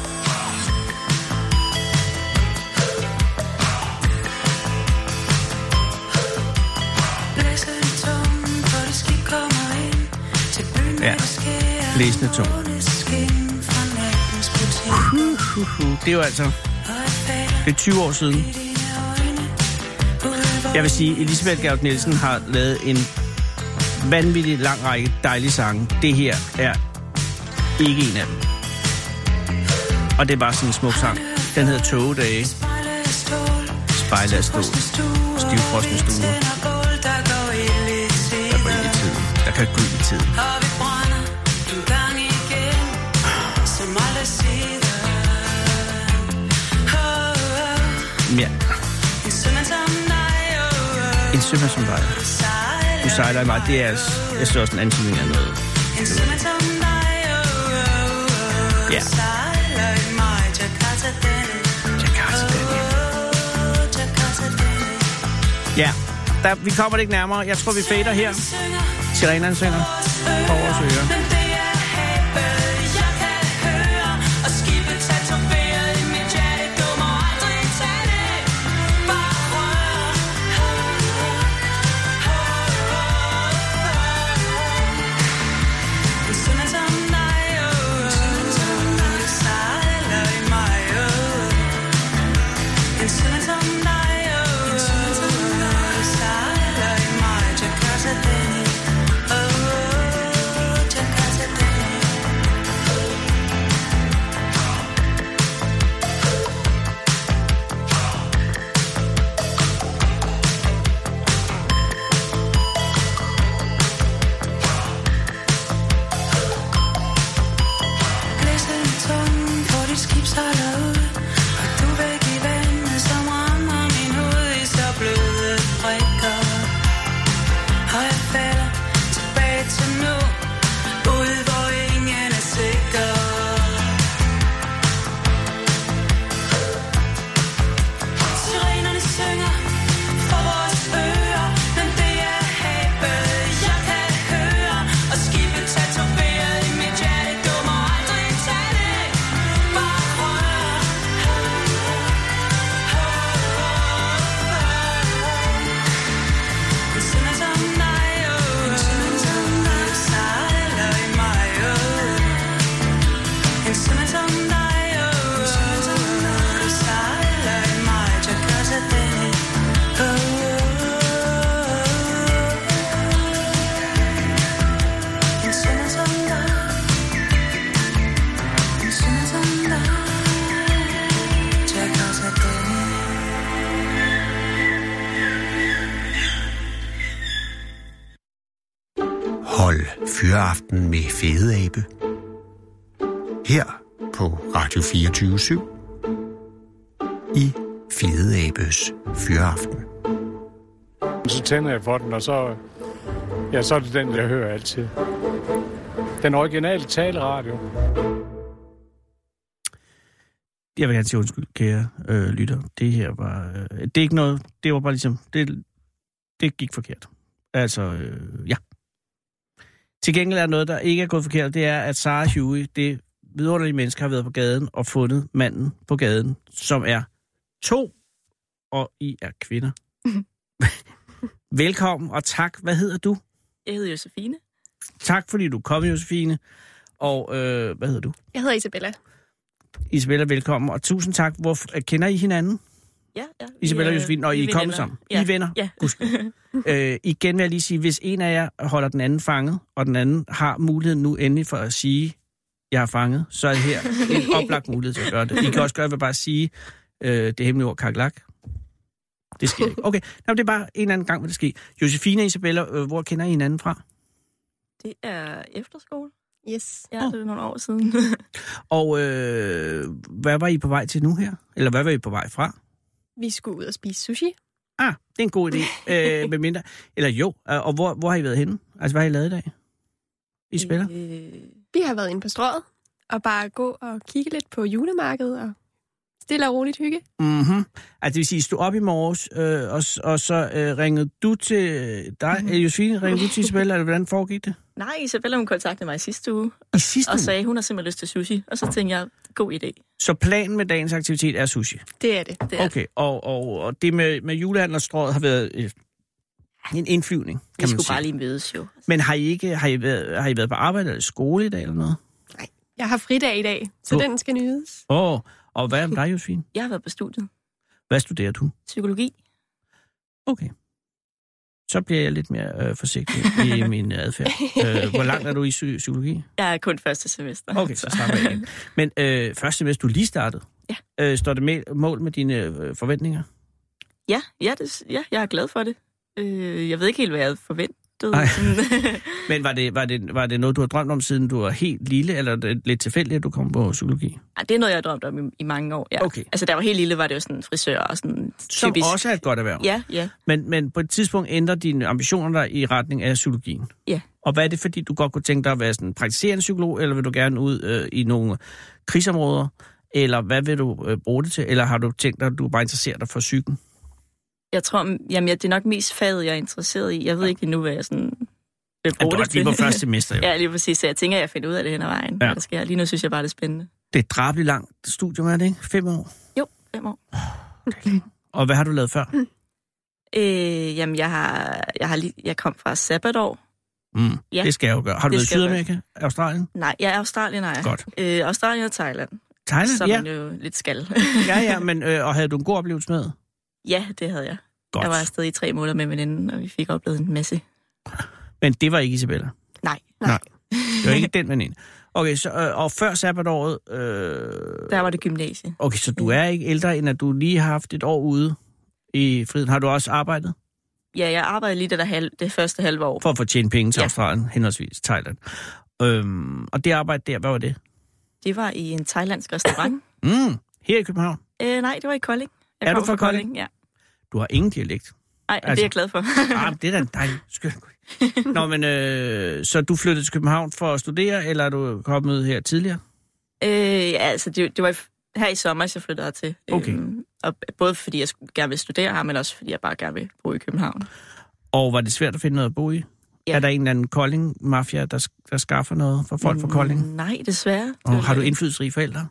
Speaker 5: Ja. Blæsende tung. Uh, Det er jo altså... Det er 20 år siden. Jeg vil sige, Elisabeth Gerhard Nielsen har lavet en vanvittig lang række dejlige sange. Det her er ikke en af dem. Og det er bare sådan en smuk sang. Den hedder Togedage. Spejlet af stål. Stivfrosne stuer. Der går ind i tiden. Der kan gå ind i tiden. Ja. En sømand som dig. Du sejler i mig. Det er, jeg synes også en antydning af noget. Ja. Jakarta, Danny. Ja, der, vi kommer det ikke nærmere. Jeg tror, vi fader her. Sirenan synger. Over os ører.
Speaker 8: oh, oh, oh, Hold Fyraften med Fede Abe. Her på Radio 24 i Fede Abes Fyraften.
Speaker 9: Så tænder jeg for den, og så, ja, så er det den, jeg hører altid. Den originale taleradio.
Speaker 5: Jeg vil gerne sige undskyld, kære øh, lytter. Det her var... Øh, det er ikke noget... Det var bare ligesom... Det, det gik forkert. Altså, øh, ja. Til gengæld er noget, der ikke er gået forkert. Det er, at Sarah Huey, det vidunderlige menneske, har været på gaden og fundet manden på gaden, som er to, og I er kvinder. Velkommen, og tak. Hvad hedder du?
Speaker 6: Jeg hedder Josefine.
Speaker 5: Tak, fordi du kom, Josefine. Og øh, hvad hedder du?
Speaker 6: Jeg hedder Isabella.
Speaker 5: Isabella, velkommen, og tusind tak. Hvor, kender I hinanden?
Speaker 10: Ja, ja. vi øh,
Speaker 5: Isabella
Speaker 6: øh,
Speaker 5: og
Speaker 10: er-
Speaker 5: Josefine, når
Speaker 10: vi
Speaker 5: I er kommet
Speaker 10: venner.
Speaker 5: sammen.
Speaker 10: Ja.
Speaker 5: I er venner.
Speaker 10: Ja.
Speaker 5: Øh, igen vil jeg lige sige, hvis en af jer holder den anden fanget, og den anden har muligheden nu endelig for at sige, jeg er fanget, så er det her en oplagt mulighed til at gøre det. I kan også gøre det ved bare at sige øh, det hemmelige ord kakelak. Det sker ikke. Okay, Nå, men det er bare en eller anden gang, hvor det sker. Josefine og Isabella, øh, hvor kender I hinanden fra?
Speaker 10: Det er efterskole.
Speaker 8: Yes.
Speaker 10: Ja,
Speaker 5: Åh.
Speaker 10: det er nogle år siden.
Speaker 5: Og øh, hvad var I på vej til nu her? Eller hvad var I på vej fra?
Speaker 8: Vi skulle ud og spise sushi.
Speaker 5: Ah, det er en god idé. Øh, med mindre. Eller jo, øh, og hvor, hvor har I været henne? Altså, hvad har I lavet i dag? I spiller?
Speaker 10: Øh,
Speaker 8: Vi har været inde på strået og bare gå og kigge lidt på julemarkedet og stille og roligt hygge.
Speaker 5: Mhm. Altså, det vil sige, I stod op i morges, øh, og, s- og så øh, ringede du til dig, øh, Josefine, ringede du til Isabella, eller hvordan foregik det?
Speaker 10: nej, Isabella, hun kontaktede mig i sidste uge,
Speaker 5: I sidste
Speaker 10: og
Speaker 5: uge.
Speaker 10: sagde, hun har simpelthen lyst til sushi. Og så tænkte jeg, god idé.
Speaker 5: Så planen med dagens aktivitet er sushi.
Speaker 8: Det er det.
Speaker 10: Det er
Speaker 5: Okay, og, og, og det med, med julehandlerstrået har været øh, en indflyvning, kan
Speaker 10: Vi
Speaker 5: man
Speaker 10: skulle
Speaker 5: sige.
Speaker 10: bare lige mødes jo.
Speaker 5: Men har I, ikke, har, I været, har I været på arbejde eller skole i dag eller noget?
Speaker 8: Jeg har fridag i dag, så
Speaker 5: Hvor-
Speaker 8: den skal nydes.
Speaker 5: Åh, oh, og hvad med dig, Josefine?
Speaker 10: Jeg har været på studiet.
Speaker 5: Hvad studerer du?
Speaker 10: Psykologi.
Speaker 5: Okay. Så bliver jeg lidt mere øh, forsigtig i min adfærd. Øh, hvor langt er du i psy- psykologi?
Speaker 10: Jeg er kun første semester.
Speaker 5: Okay, så snapper jeg igen. Men øh, først semester, du lige startede.
Speaker 10: Ja.
Speaker 5: Øh, står det med, mål med dine øh, forventninger?
Speaker 10: Ja, ja, det, ja, jeg er glad for det. Øh, jeg ved ikke helt, hvad jeg havde forventet.
Speaker 5: Ej.
Speaker 10: Sådan.
Speaker 5: Men var det, var, det, var det noget, du har drømt om, siden du var helt lille, eller er det lidt tilfældigt, at du kom på psykologi?
Speaker 10: Ej, det er noget, jeg har drømt om i, i mange år, ja.
Speaker 5: Okay.
Speaker 10: Altså, da jeg var helt lille, var det jo sådan frisør og sådan
Speaker 5: Som
Speaker 10: typisk.
Speaker 5: også er et godt erhverv.
Speaker 10: Ja, ja.
Speaker 5: Men, men på et tidspunkt ændrer dine ambitioner dig i retning af psykologien.
Speaker 10: Ja.
Speaker 5: Og hvad er det, fordi du godt kunne tænke dig at være sådan en praktiserende psykolog, eller vil du gerne ud øh, i nogle krigsområder? Eller hvad vil du øh, bruge det til? Eller har du tænkt dig, at du bare interesserer dig for psyken?
Speaker 10: Jeg tror, jamen, jeg, det er nok mest faget, jeg er interesseret i. Jeg ved ikke endnu, hvad jeg sådan vil
Speaker 5: Ja,
Speaker 10: bruge
Speaker 5: du er
Speaker 10: det
Speaker 5: også lige
Speaker 10: til.
Speaker 5: på første semester, jo.
Speaker 10: ja, lige præcis. Så jeg tænker, at jeg finder ud af det hen ad vejen.
Speaker 5: Ja.
Speaker 10: Ja. Der sker. Lige nu synes jeg bare, det er spændende.
Speaker 5: Det er et drabeligt langt studium, er det ikke? Fem år.
Speaker 10: Jo, fem år.
Speaker 5: Og hvad har du lavet før?
Speaker 10: Øh, jamen, jeg, har, jeg, har lige, jeg kom fra sabbatår.
Speaker 5: Mm, ja.
Speaker 10: Ja.
Speaker 5: Det skal jeg jo gøre. Har
Speaker 10: Det
Speaker 5: du været i
Speaker 10: skal jeg
Speaker 5: Sydamerika? Australien?
Speaker 10: Nej, jeg er australien, nej.
Speaker 5: Godt.
Speaker 10: Øh, Australien og Thailand,
Speaker 5: Thailand?
Speaker 10: som
Speaker 5: ja.
Speaker 10: man jo lidt skal.
Speaker 5: ja, ja, men øh, og havde du en god oplevelse med?
Speaker 10: ja, det havde jeg.
Speaker 5: Godt.
Speaker 10: Jeg var afsted i tre måneder med veninden, og vi fik oplevet en masse.
Speaker 5: Men det var ikke Isabella.
Speaker 10: Nej,
Speaker 5: Det var ikke den veninde. Okay, så, øh, og før sabbatåret... Øh,
Speaker 10: der var det gymnasie.
Speaker 5: okay, så du er ikke ældre, end at du lige har haft et år ude i friden. Har du også arbejdet
Speaker 10: Ja, jeg arbejdede lige det, der halv, det første halve år.
Speaker 5: for at få tjent penge til ja.
Speaker 10: Ja.
Speaker 5: Australien, henholdsvis Thailand? Øhm, og det arbejde der, hvad var det?
Speaker 10: Det var i en thailandsk restaurant.
Speaker 5: Mm, her i København.
Speaker 10: øh, nej, det var i Kolding. Jeg
Speaker 5: Er du
Speaker 10: kommer
Speaker 5: fra Kolding?
Speaker 10: Ja.
Speaker 5: Du har ingen dialekt.
Speaker 10: Nej, altså... det
Speaker 5: Altså-
Speaker 10: er jeg glad for.
Speaker 5: Ah, men det er da en dejlig skøn. Nå, men øh, så du flyttede til København for at studere, eller er du kommet her tidligere?
Speaker 10: øh, ja, altså, det, det var i- her i sommer, så jeg flyttede hertil.
Speaker 5: Okay.
Speaker 10: Øhm, og både fordi jeg skulle- gerne vil studere her, men også fordi jeg bare gerne vil bo i København.
Speaker 5: Og var det svært at finde noget at bo i?
Speaker 10: Ja.
Speaker 5: Er der en eller anden Kolding-mafia, der, der skaffer noget for folk fra Kolding?
Speaker 10: Mm, Nej, desværre. Det var
Speaker 5: Og har du
Speaker 10: det.
Speaker 5: indflydelsesrige forældre?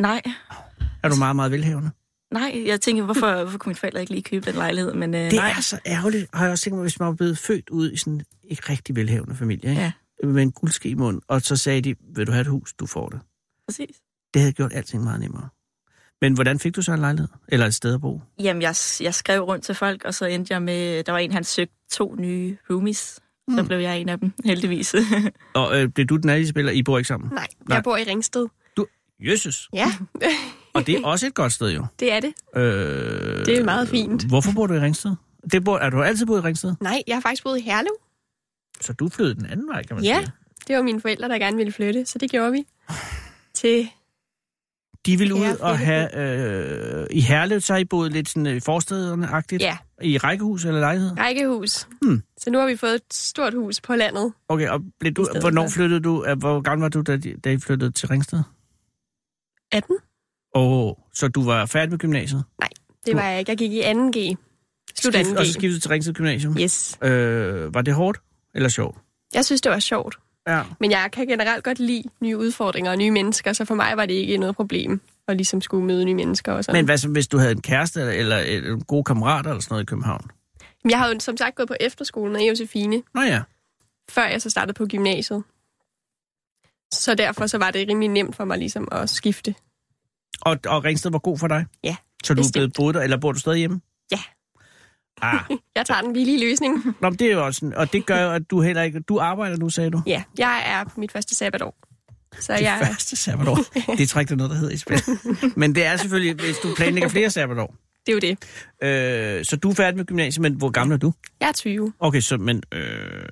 Speaker 10: Nej,
Speaker 5: Er du meget, meget velhavende?
Speaker 10: nej. Jeg tænker, hvorfor, hvorfor kunne mine forældre ikke lige købe den lejlighed? Men, øh,
Speaker 5: Det
Speaker 10: nej.
Speaker 5: er så ærgerligt, har jeg også tænkt mig, hvis man var blevet født ud i sådan en rigtig velhavende familie, ikke?
Speaker 10: Ja.
Speaker 5: med en guldske i munden, og så sagde de, vil du have et hus, du får det.
Speaker 10: Præcis.
Speaker 5: Det havde gjort alting meget nemmere. Men hvordan fik du så en lejlighed? Eller et sted at bo?
Speaker 10: Jamen, jeg, jeg skrev rundt til folk, og så endte jeg med... Der var en, han søgte to nye roomies. Mm.
Speaker 5: Hmm.
Speaker 10: Så blev jeg en af dem, heldigvis.
Speaker 5: Og øh, blev du den anden spiller? I bor ikke sammen?
Speaker 8: Nej,
Speaker 5: Nej.
Speaker 8: jeg bor i Ringsted.
Speaker 5: Jesus!
Speaker 8: Ja,
Speaker 5: Og det er også et godt sted jo.
Speaker 8: det er det.
Speaker 5: Øh,
Speaker 8: Det er meget fint.
Speaker 5: Hvorfor bor du i Ringsted? Det bor, er du altid boet i Ringsted?
Speaker 8: Nej, jeg har faktisk boet i Herlev.
Speaker 5: Så du flyttede den anden vej, kan man
Speaker 8: Ja,
Speaker 5: sige.
Speaker 8: det var mine forældre, der gerne ville flytte, så det gjorde vi. Til
Speaker 5: De ville
Speaker 8: Kære
Speaker 5: ud og have... Øh, I Herlev, så har I boet lidt sådan øh, i forstederne-agtigt?
Speaker 8: ja,
Speaker 5: I rækkehus eller lejlighed?
Speaker 8: rækkehus.
Speaker 5: Hmm.
Speaker 8: Så nu har vi fået et stort hus på landet.
Speaker 5: Okay, og blev du,
Speaker 8: I stedet
Speaker 5: hvornår
Speaker 8: for.
Speaker 5: flyttede du? øh, Hvor gammel var du, da, de- da I flyttede til Ringsted?
Speaker 8: 18?
Speaker 5: Åh, oh, så du var færdig med gymnasiet?
Speaker 8: Det var jeg ikke. Jeg gik i 2G. Slut 2G.
Speaker 5: og så skiftede du til Ringsted Gymnasium?
Speaker 8: Yes.
Speaker 5: Øh, var det hårdt eller sjovt?
Speaker 8: Jeg synes, det var sjovt.
Speaker 5: Ja.
Speaker 8: Men jeg kan generelt godt lide nye udfordringer og nye mennesker, så for mig var det ikke noget problem at ligesom skulle møde nye mennesker og sådan.
Speaker 5: Men hvad så, hvis du havde en kæreste eller, eller, eller gode kammerater eller sådan noget i København?
Speaker 8: Men jeg har jo som sagt gået på efterskolen med Josefine,
Speaker 5: Nå ja.
Speaker 8: før jeg så startede på gymnasiet. Så derfor så var det rimelig nemt for mig ligesom at skifte
Speaker 5: Og, og Ringsted var god for dig?
Speaker 10: Ja,
Speaker 5: Så du er
Speaker 10: bestemt.
Speaker 5: blevet boet der, eller bor du stadig hjemme?
Speaker 10: Ja.
Speaker 5: Ah,
Speaker 8: Jeg tager den billige løsning.
Speaker 5: nå, men det er jo også sådan, og det gør jo, at du heller ikke... Du arbejder nu, sagde du?
Speaker 8: Ja, jeg er på mit første sabbatår. Så
Speaker 5: Det
Speaker 8: jeg,
Speaker 5: første sabbatår. Det trækker der noget, der hedder i spil. Men det er selvfølgelig, hvis du planlægger flere sabbatår.
Speaker 8: det er jo det.
Speaker 5: Øh, så du er færdig med gymnasiet, men hvor gammel er du?
Speaker 8: Jeg er 20.
Speaker 5: Okay, så, men, øh,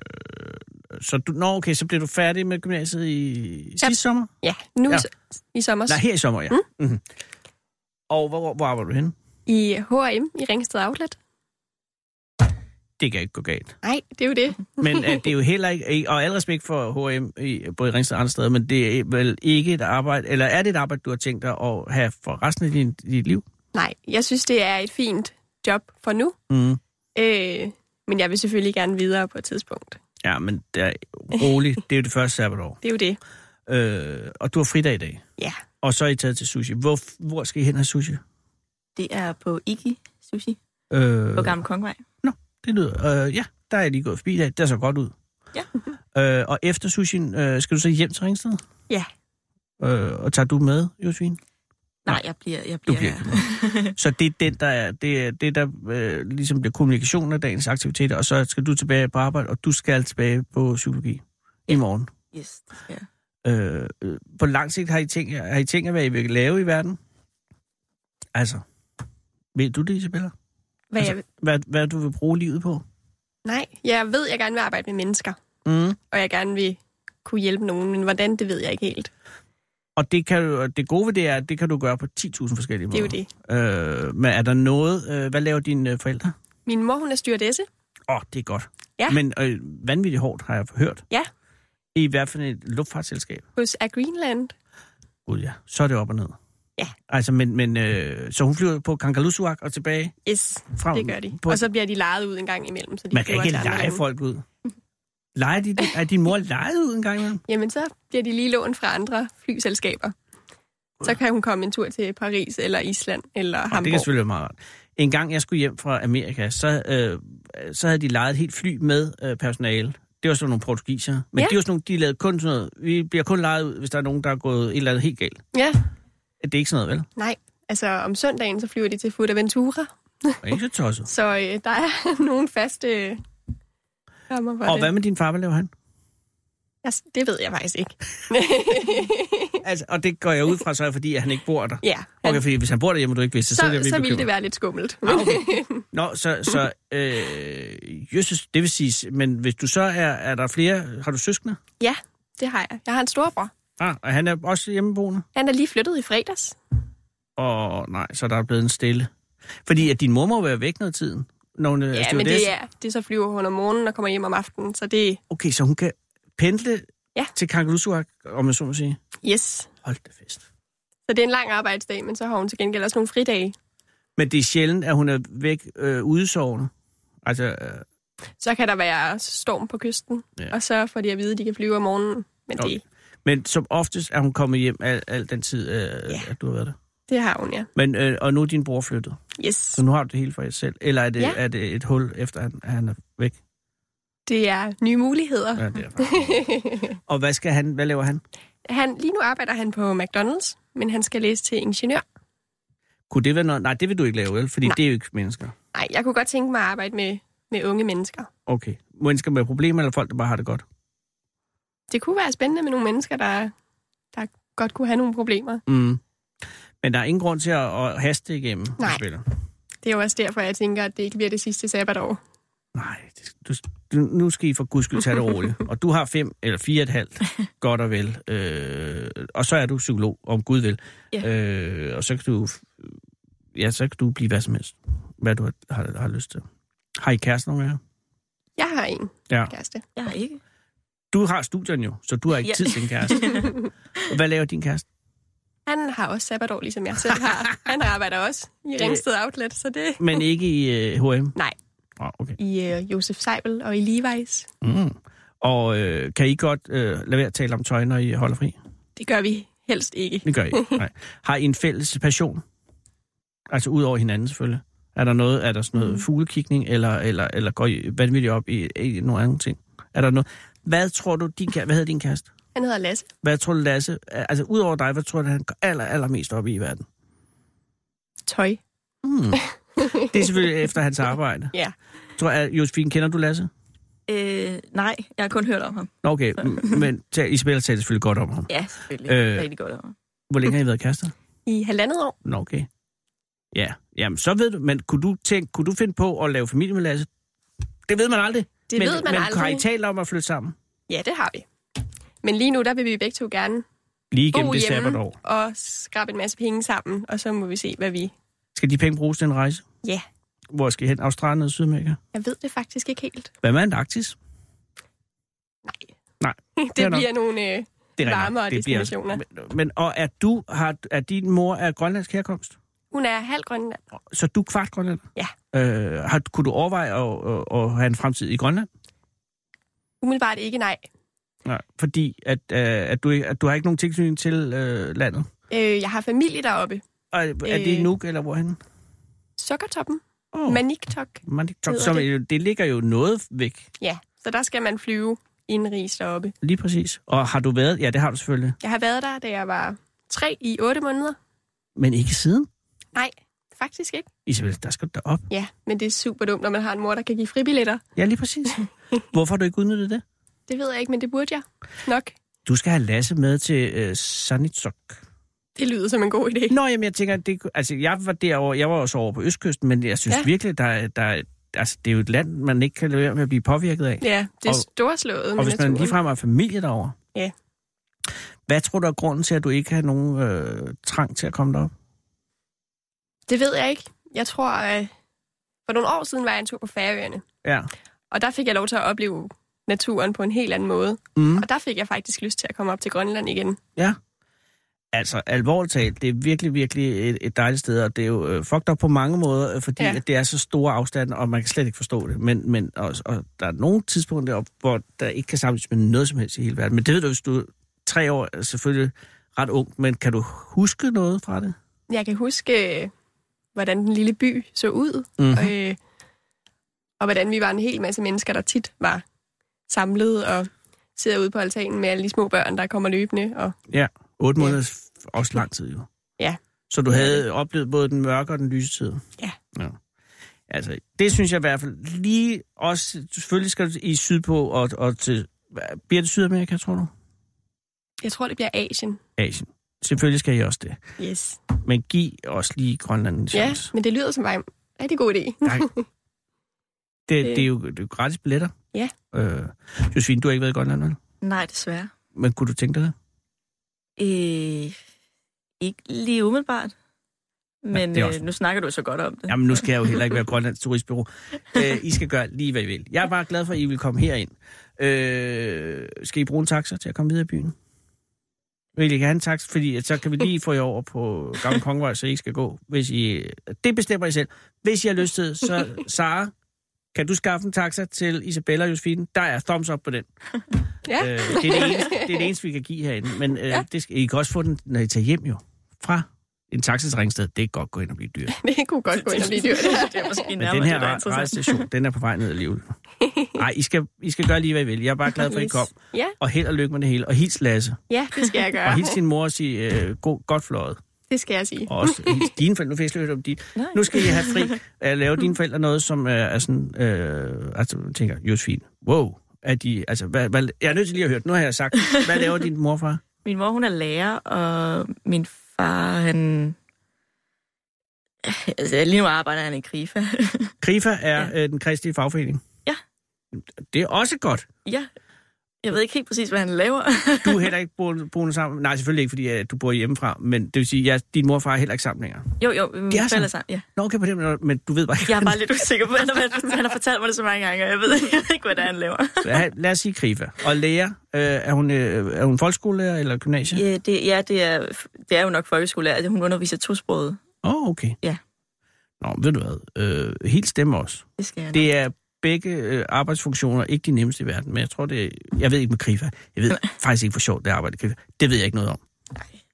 Speaker 5: så, du, nå, okay, så blev du færdig med gymnasiet i sidste sommer?
Speaker 8: Ja, nu
Speaker 5: Ja.
Speaker 8: ja. i sommer
Speaker 5: Nej, her i sommer, ja. Mm. Mm-hmm. Og hvor, hvor, hvor arbejder du henne?
Speaker 8: i H&M i Ringsted Outlet.
Speaker 5: Det kan ikke gå galt.
Speaker 8: Nej, det er jo det.
Speaker 5: Men øh, det er jo heller ikke, og al respekt for H&M, i, både i Ringsted og andre steder, men det er vel ikke et arbejde, eller er det et arbejde, du har tænkt dig at have for resten af din, dit liv?
Speaker 8: Nej, jeg synes, det er et fint job for nu.
Speaker 5: Mm.
Speaker 8: Øh, men jeg vil selvfølgelig gerne videre på et tidspunkt.
Speaker 5: Ja, men der, roligt, det er jo det første sabbatår.
Speaker 8: Det er jo det.
Speaker 5: Øh, og du har fridag i dag,
Speaker 10: Ja,
Speaker 5: og så er I taget til sushi. Hvor, hvor skal I hen og have sushi?
Speaker 10: det er på Iki Sushi
Speaker 5: Øh,
Speaker 10: på Gamle Kongvej.
Speaker 5: Det lyder, øh, ja, der er jeg lige gået forbi i dag. Det ser godt ud.
Speaker 10: Ja.
Speaker 5: Øh, og efter sushien, øh, skal du så hjem til Ringsted?
Speaker 10: Ja.
Speaker 5: Øh, og tager du med, Josefine?
Speaker 10: Nej, jeg bliver... Jeg
Speaker 5: Du
Speaker 10: bliver,
Speaker 5: bliver ikke Så det er den, der er, det, er det der øh, ligesom bliver kommunikationen af dagens aktiviteter, og så skal du tilbage på arbejde, og du skal tilbage på psykologi i morgen.
Speaker 10: Yes, det skal jeg.
Speaker 5: Øh, øh, på lang sigt har I tænkt, jer- har I tænkt jer, hvad I vil lave i verden? Altså, ved du det, Isabella?
Speaker 8: Hvad
Speaker 5: Altså-
Speaker 8: altså... jeg,
Speaker 5: Hvad, hvad du vil bruge livet på?
Speaker 8: nej, jeg ved, jeg gerne vil arbejde med mennesker,
Speaker 5: Mm.
Speaker 8: og jeg gerne vil kunne hjælpe nogen, men hvordan, det ved jeg ikke helt.
Speaker 5: Og det, kan, du- og det gode ved det er, at det kan du gøre på 10.000 forskellige
Speaker 8: Det er
Speaker 5: måder.
Speaker 8: jo det.
Speaker 5: Øh, men er der noget... Øh, hvad laver dine øh, forældre?
Speaker 8: Min mor, hun er styrdesse.
Speaker 5: Åh, oh, det er godt.
Speaker 8: Ja.
Speaker 5: Men øh, vanvittigt hårdt, har jeg hørt.
Speaker 8: Ja.
Speaker 5: I hvert fald et luftfartsselskab.
Speaker 8: hos Air Greenland.
Speaker 5: Gud ja, så er det op og ned.
Speaker 8: Ja.
Speaker 5: Altså, men, men øh, så hun flyver på Kangalusuak og tilbage
Speaker 8: Yes,
Speaker 5: fra...
Speaker 8: det gør de.
Speaker 5: På,
Speaker 8: Og så bliver de lejet ud en gang imellem. Så de
Speaker 5: man kan
Speaker 8: flyver
Speaker 5: ikke
Speaker 8: til andre
Speaker 5: lege
Speaker 8: lande.
Speaker 5: folk ud. Leger de det? Er din mor lejet ud en gang imellem?
Speaker 8: Jamen, så bliver de lige lånt fra andre flyselskaber. Så kan hun komme en tur til Paris eller Island eller
Speaker 5: Og
Speaker 8: Hamburg.
Speaker 5: det kan selvfølgelig være meget rart. En gang jeg skulle hjem fra Amerika, så, øh, så havde de lejet et helt fly med øh, personale. Det var sådan nogle portugisere. Men
Speaker 8: Ja.
Speaker 5: det var sådan nogle, de lavede kun sådan noget. Vi bliver kun lejet ud, hvis der er nogen, der er gået et eller andet helt galt.
Speaker 8: Ja,
Speaker 5: Det er ikke sådan noget, vel?
Speaker 8: nej. Altså, om søndagen, så flyver de til Fuerteventura.
Speaker 5: Det er ikke så tosset.
Speaker 8: Så øh, der er nogle faste øh, rammer for
Speaker 5: Og
Speaker 8: det.
Speaker 5: hvad med din far, hvad laver han?
Speaker 8: Altså, det ved jeg faktisk ikke.
Speaker 5: Altså, og det går jeg ud fra, så er det, fordi at han ikke bor der.
Speaker 8: ja, han,
Speaker 5: Okay, fordi hvis han bor derhjemme, og du ikke vidste, så, så, er det,
Speaker 8: så,
Speaker 5: vi
Speaker 8: så ville det
Speaker 5: bekymret.
Speaker 8: være lidt skummelt.
Speaker 5: Ah, okay. Nå, så, så øh, jøsses, det vil sige, men hvis du så er, er der flere, har du søskende?
Speaker 8: ja, det har jeg. Jeg har en storbror.
Speaker 5: Ah, og han er også hjemmeboende?
Speaker 8: Han er lige flyttet i fredags.
Speaker 5: Og nej, så er der blevet en stille. Fordi at din mor må være væk noget tiden. Når hun øh,
Speaker 8: Ja, men det er, det er så flyver hun om morgenen og kommer hjem om aftenen, så det er
Speaker 5: Okay, så hun kan pendle ja.
Speaker 8: Ja.
Speaker 5: til Kangalusuak, om jeg så må sige.
Speaker 8: yes.
Speaker 5: Hold da fest.
Speaker 8: Så det er en lang arbejdsdag, men så har hun til gengæld også nogle fridage.
Speaker 5: Men det er sjældent, at hun er væk øh, udesovende. Altså, øh,
Speaker 8: Så kan der være storm på kysten,
Speaker 5: Ja.
Speaker 8: ja. og så får de at vide, at de kan flyve om morgenen. Men
Speaker 5: Okay.
Speaker 8: det,
Speaker 5: men som oftest er hun kommet hjem al, al den tid, øh, ja. at du har været der.
Speaker 8: det har hun, ja.
Speaker 5: Men, øh, og nu er din bror flyttet,
Speaker 8: Yes.
Speaker 5: så nu har du det hele for jer selv. Eller er det, ja.
Speaker 8: Ja.
Speaker 5: er det et hul, efter han, at han er væk?
Speaker 8: Det er nye muligheder.
Speaker 5: Ja, det er faktisk- og hvad, skal han, hvad laver han?
Speaker 8: Han, lige nu arbejder han på McDonald's, men han skal læse til ingeniør.
Speaker 5: Kunne det være noget? Nej, det vil du ikke lave, vel? Fordi nej.
Speaker 8: Nej.
Speaker 5: det er jo ikke mennesker.
Speaker 8: Nej, jeg kunne godt tænke mig at arbejde med, med unge mennesker.
Speaker 5: Okay. Mennesker med problemer, eller folk, der bare har det godt?
Speaker 8: Det kunne være spændende med nogle mennesker, der, der godt kunne have nogle problemer.
Speaker 5: Mm. Men der er ingen grund til at, at haste igennem.
Speaker 8: Nej.
Speaker 5: Spiller.
Speaker 8: Det er jo også derfor, jeg tænker, at det ikke bliver det sidste sabbatår.
Speaker 5: Nej, det, du, du, nu skal I for guds skyld tage det roligt. Og du har fem eller fire og et halvt, godt og vel. Øh, og så er du psykolog, om Gud vil.
Speaker 10: Ja.
Speaker 5: Øh, og så kan du ja, så kan du blive hvad som helst, hvad du har, har, har lyst til. Har I kæreste nogen af jer?
Speaker 8: Jeg har en
Speaker 5: Ja.
Speaker 8: kæreste.
Speaker 10: Jeg har ikke.
Speaker 5: Du har studien jo, så du har ikke ja.
Speaker 10: Ja.
Speaker 5: tid til en kæreste. Og Hvad laver din kæreste?
Speaker 8: Han har også sabbatår, ligesom jeg selv har. Han arbejder også i Ringsted Outlet, så det...
Speaker 5: Men ikke i øh, H&M?
Speaker 8: Nej.
Speaker 5: Oh, okay.
Speaker 8: I øh, Josef Seibel og i Levi's.
Speaker 5: Mm. Og øh, kan I godt øh, lade være at tale om tøj, når I holder fri?
Speaker 8: Det gør vi helst ikke.
Speaker 5: Det gør I ikke. Nej. Har I en fælles passion? Altså ud over hinanden selvfølgelig. Er der noget, er der sådan noget mm. fuglekikning, eller, eller, eller går I vanvittigt op i, i nogle andre ting? Er der noget? Hvad tror du, din, kæ- hvad hedder din kæreste?
Speaker 8: Han hedder Lasse.
Speaker 5: Hvad tror du, Lasse, altså ud over dig, hvad tror du, han går aller, allermest op i i verden?
Speaker 8: tøj.
Speaker 5: Mm. Det er selvfølgelig efter hans arbejde.
Speaker 8: Ja.
Speaker 5: Tror jeg, Josefine, kender du Lasse?
Speaker 10: Øh, nej, jeg har kun hørt om ham.
Speaker 5: Nå, okay, m- men ta- Isabella talte selvfølgelig godt om ham.
Speaker 10: Ja, selvfølgelig.
Speaker 5: Øh.
Speaker 10: Øh. Rigtig godt om ham.
Speaker 5: Hvor længe har I været kærester?
Speaker 8: I halvandet år.
Speaker 5: Nå, okay. Ja, jamen så ved du, men kunne du, tænke, kunne du finde på at lave familie med Lasse? Det ved man aldrig.
Speaker 8: Det
Speaker 5: men,
Speaker 8: ved man
Speaker 5: men
Speaker 8: aldrig.
Speaker 5: har I talt om at flytte sammen?
Speaker 8: Ja, det har vi. Men lige nu, der vil vi begge to gerne
Speaker 5: Lige igennem
Speaker 8: bo
Speaker 5: det
Speaker 8: hjemme
Speaker 5: sabbatår.
Speaker 8: og skrabe en masse penge sammen, og så må vi se, hvad vi...
Speaker 5: Skal de penge bruges til en rejse?
Speaker 8: Ja.
Speaker 5: Hvor skal I hen? Australien og Sydamerika?
Speaker 8: Jeg ved det faktisk ikke helt.
Speaker 5: Hvad med Antarktis?
Speaker 8: Nej.
Speaker 5: Nej,
Speaker 8: det
Speaker 5: fair nok.
Speaker 8: bliver nogle... Øh,
Speaker 5: Det er
Speaker 8: Varmere
Speaker 5: rigtigt. bliver-
Speaker 8: destinationer.
Speaker 5: Men, men, og er, du, har, er din mor af grønlandsk herkomst?
Speaker 8: hun er halv grønland.
Speaker 5: Så du er kvart grønlander?
Speaker 8: Ja.
Speaker 5: Øh, har, kunne du overveje at, at, at have en fremtid i Grønland?
Speaker 8: Umiddelbart ikke nej.
Speaker 5: Nej. Fordi at, øh, at, du, ikke- at du har ikke nogen tilknytning til øh, landet?
Speaker 8: Øh, jeg har familie deroppe.
Speaker 5: Og er det i
Speaker 8: Øh.
Speaker 5: Nuuk, eller hvorhen?
Speaker 8: Sukkertoppen.
Speaker 5: Åh,
Speaker 8: Oh. Maniktok.
Speaker 5: Maniktog.
Speaker 8: hedder
Speaker 5: Som,
Speaker 8: det.
Speaker 5: jo- det ligger jo noget væk,
Speaker 8: Ja, så der skal man flyve indrigs deroppe.
Speaker 5: lige præcis. Og har du været? Ja, det har du selvfølgelig.
Speaker 8: Jeg har været der, da jeg var tre i otte måneder.
Speaker 5: Men ikke siden?
Speaker 8: Nej, faktisk ikke.
Speaker 5: Isabel, der skal du da op.
Speaker 8: Ja, men det er super dumt, når man har en mor, der kan give fribilletter.
Speaker 5: Ja, lige præcis. Hvorfor har du ikke udnyttet det?
Speaker 8: Det ved jeg ikke, men det burde jeg nok.
Speaker 5: Du skal have Lasse med til øh, Sanitsok.
Speaker 8: Det lyder som en god idé.
Speaker 5: Nå, jamen, jeg tænker, det, altså, jeg var derovre, jeg var også over på Østkysten, men jeg synes ja.
Speaker 8: Ja.
Speaker 5: virkelig, der, er- der, er- altså, det er jo et land, man ikke kan lade være med at blive påvirket af.
Speaker 8: Ja, det er
Speaker 5: Og-
Speaker 8: storslået
Speaker 5: Og
Speaker 8: med
Speaker 5: hvis man
Speaker 8: naturen.
Speaker 5: ligefrem har familie derovre.
Speaker 8: Ja.
Speaker 5: Hvad tror du er grunden til, at du ikke har nogen øh, trang til at komme derop?
Speaker 8: Det ved jeg ikke. Jeg tror, øh, for nogle år siden var jeg en tur på Færøerne,
Speaker 5: Ja.
Speaker 8: og der fik jeg lov til at opleve naturen på en helt anden måde.
Speaker 5: Mm.
Speaker 8: Og der fik jeg faktisk lyst til at komme op til Grønland igen.
Speaker 5: Ja. Altså, alvorligt talt, det er virkelig, virkelig et, et dejligt sted, og det er jo øh, fucked op på mange måder, øh, fordi ja.
Speaker 8: Ja.
Speaker 5: at det er så store afstande, og man kan slet ikke forstå det. Men, men og, og der er nogle tidspunkter, op, hvor der ikke kan sammenlignes med noget som helst i hele verden. Men det ved du, hvis du er tre år, er selvfølgelig ret ung, men kan du huske noget fra det?
Speaker 8: Jeg kan huske, øh, hvordan den lille by så ud,
Speaker 5: Mhm.
Speaker 8: og, øh, og hvordan vi var en hel masse mennesker, der tit var samlet og sidder ude på altanen med alle de små børn, der kommer løbende. Og
Speaker 5: Ja, otte
Speaker 8: Ja.
Speaker 5: måneder er f- også lang tid jo.
Speaker 8: Ja.
Speaker 5: Så du havde oplevet både den mørke og den lyse tid?
Speaker 8: Ja.
Speaker 5: ja. Altså, det synes jeg i hvert fald lige også, selvfølgelig skal du i sydpå og, og til, hvad- bliver det Sydamerika, tror du?
Speaker 8: jeg tror, det bliver Asien.
Speaker 5: Asien. Selvfølgelig skal I også det.
Speaker 8: Yes.
Speaker 5: Men giv også lige Grønland en
Speaker 8: Ja,
Speaker 5: chance.
Speaker 8: men det lyder som bare en rigtig god idé.
Speaker 5: Nej. Det, det, er jo, det er jo gratis billetter.
Speaker 8: Øh. Ja.
Speaker 5: Øh, Josefine, du har ikke været i Grønland, vel?
Speaker 10: Nej, desværre.
Speaker 5: Men kunne du tænke dig det?
Speaker 10: Øh, ikke lige umiddelbart. Men
Speaker 5: det er
Speaker 10: ja,
Speaker 5: også-
Speaker 10: øh, nu snakker du så godt om det.
Speaker 5: Jamen, nu skal jeg jo heller ikke være Grønlands turistbureau. Øh, I skal gøre lige, hvad I vil. Jeg er bare glad for, at I vil komme herind. Øh, skal I bruge en taxa til at komme videre i byen? Vil I gerne have en taxa? Fordi at så kan vi lige få jer over på Gamle Kongvej, så I ikke skal gå. Hvis I, det bestemmer I selv. Hvis I har lyst til, så Sara, kan du skaffe en taxa til Isabella og Josefine? Der er thumbs up på den.
Speaker 8: Ja.
Speaker 5: Øh, det, er det, eneste, det er det eneste, vi kan give herinde. Men øh, ja. det skal, I kan også få den, når I tager hjem jo. Fra en taxa til Ringsted. Det kan godt gå ind og blive dyrt.
Speaker 8: Det kunne godt gå ind og blive dyrt.
Speaker 10: det er måske
Speaker 5: Men
Speaker 10: nærmere,
Speaker 5: den her
Speaker 10: det, der er
Speaker 5: ra-
Speaker 10: interessant.
Speaker 5: rejsestation, den er på vej ned ad livet. Nej, I skal, I skal gøre lige, hvad I vil. Jeg er bare glad for, at I
Speaker 8: Yes.
Speaker 5: kom.
Speaker 8: Ja.
Speaker 5: Og held og lykke med det hele. Og hils Lasse.
Speaker 8: Ja, det skal jeg
Speaker 5: Og
Speaker 8: gøre.
Speaker 5: hils din mor og sig øh, god, godt fløjet.
Speaker 8: Det skal jeg sige.
Speaker 5: Og også hils dine forældre. Nu fik jeg slet ikke hørt om dine.
Speaker 10: Nej.
Speaker 5: Nu skal I have fri. Jeg laver dine forældre noget, som øh, er sådan... Øh, altså, jeg tænker, Josefine, wow. Er de, altså, hvad, hvad, jeg er nødt til lige at høre det. Nu har jeg sagt, hvad laver din mor og far?
Speaker 10: Min mor, hun er lærer, og min far, han... Altså, lige nu arbejder han i KRIFA.
Speaker 5: Grifa er øh, den kristelige fagforening.
Speaker 10: Ja.
Speaker 5: Det er også godt.
Speaker 10: ja. Jeg ved ikke helt præcis, hvad han laver.
Speaker 5: Du er heller ikke bo- boende sammen. Nej, selvfølgelig ikke, fordi øh, du bor hjemmefra. Men det vil sige, at ja, din mor og far er heller ikke sammen længere.
Speaker 10: jo, jo, min
Speaker 5: Det er
Speaker 10: forældre
Speaker 5: sådan.
Speaker 10: er sammen. Ja.
Speaker 5: Nå, okay på den måde, men du ved bare ikke.
Speaker 10: Jeg er bare lidt usikker på, han har, han har fortalt mig det så mange gange, og jeg ved, jeg ved ikke, hvad det er, han laver.
Speaker 5: bare... Lad os sige Krifa. Og lærer, øh, er, hun, øh, er hun folkeskolelærer eller gymnasie? Åh,
Speaker 10: Ja, det, ja det, er, det er jo nok folkeskolelærer. Altså, Hun underviser tosproget.
Speaker 5: yeah. oh, okay.
Speaker 10: Ja.
Speaker 5: Nå, ved du hvad? Øh, helt stemme også.
Speaker 10: Det skal jeg nok.
Speaker 5: Det er begge øh, arbejdsfunktioner ikke de nemmeste i verden, men jeg tror det er, Jeg ved ikke med Krifa. Jeg ved faktisk ikke, hvor sjovt det er at arbejde i Krifa. Det ved jeg ikke noget om.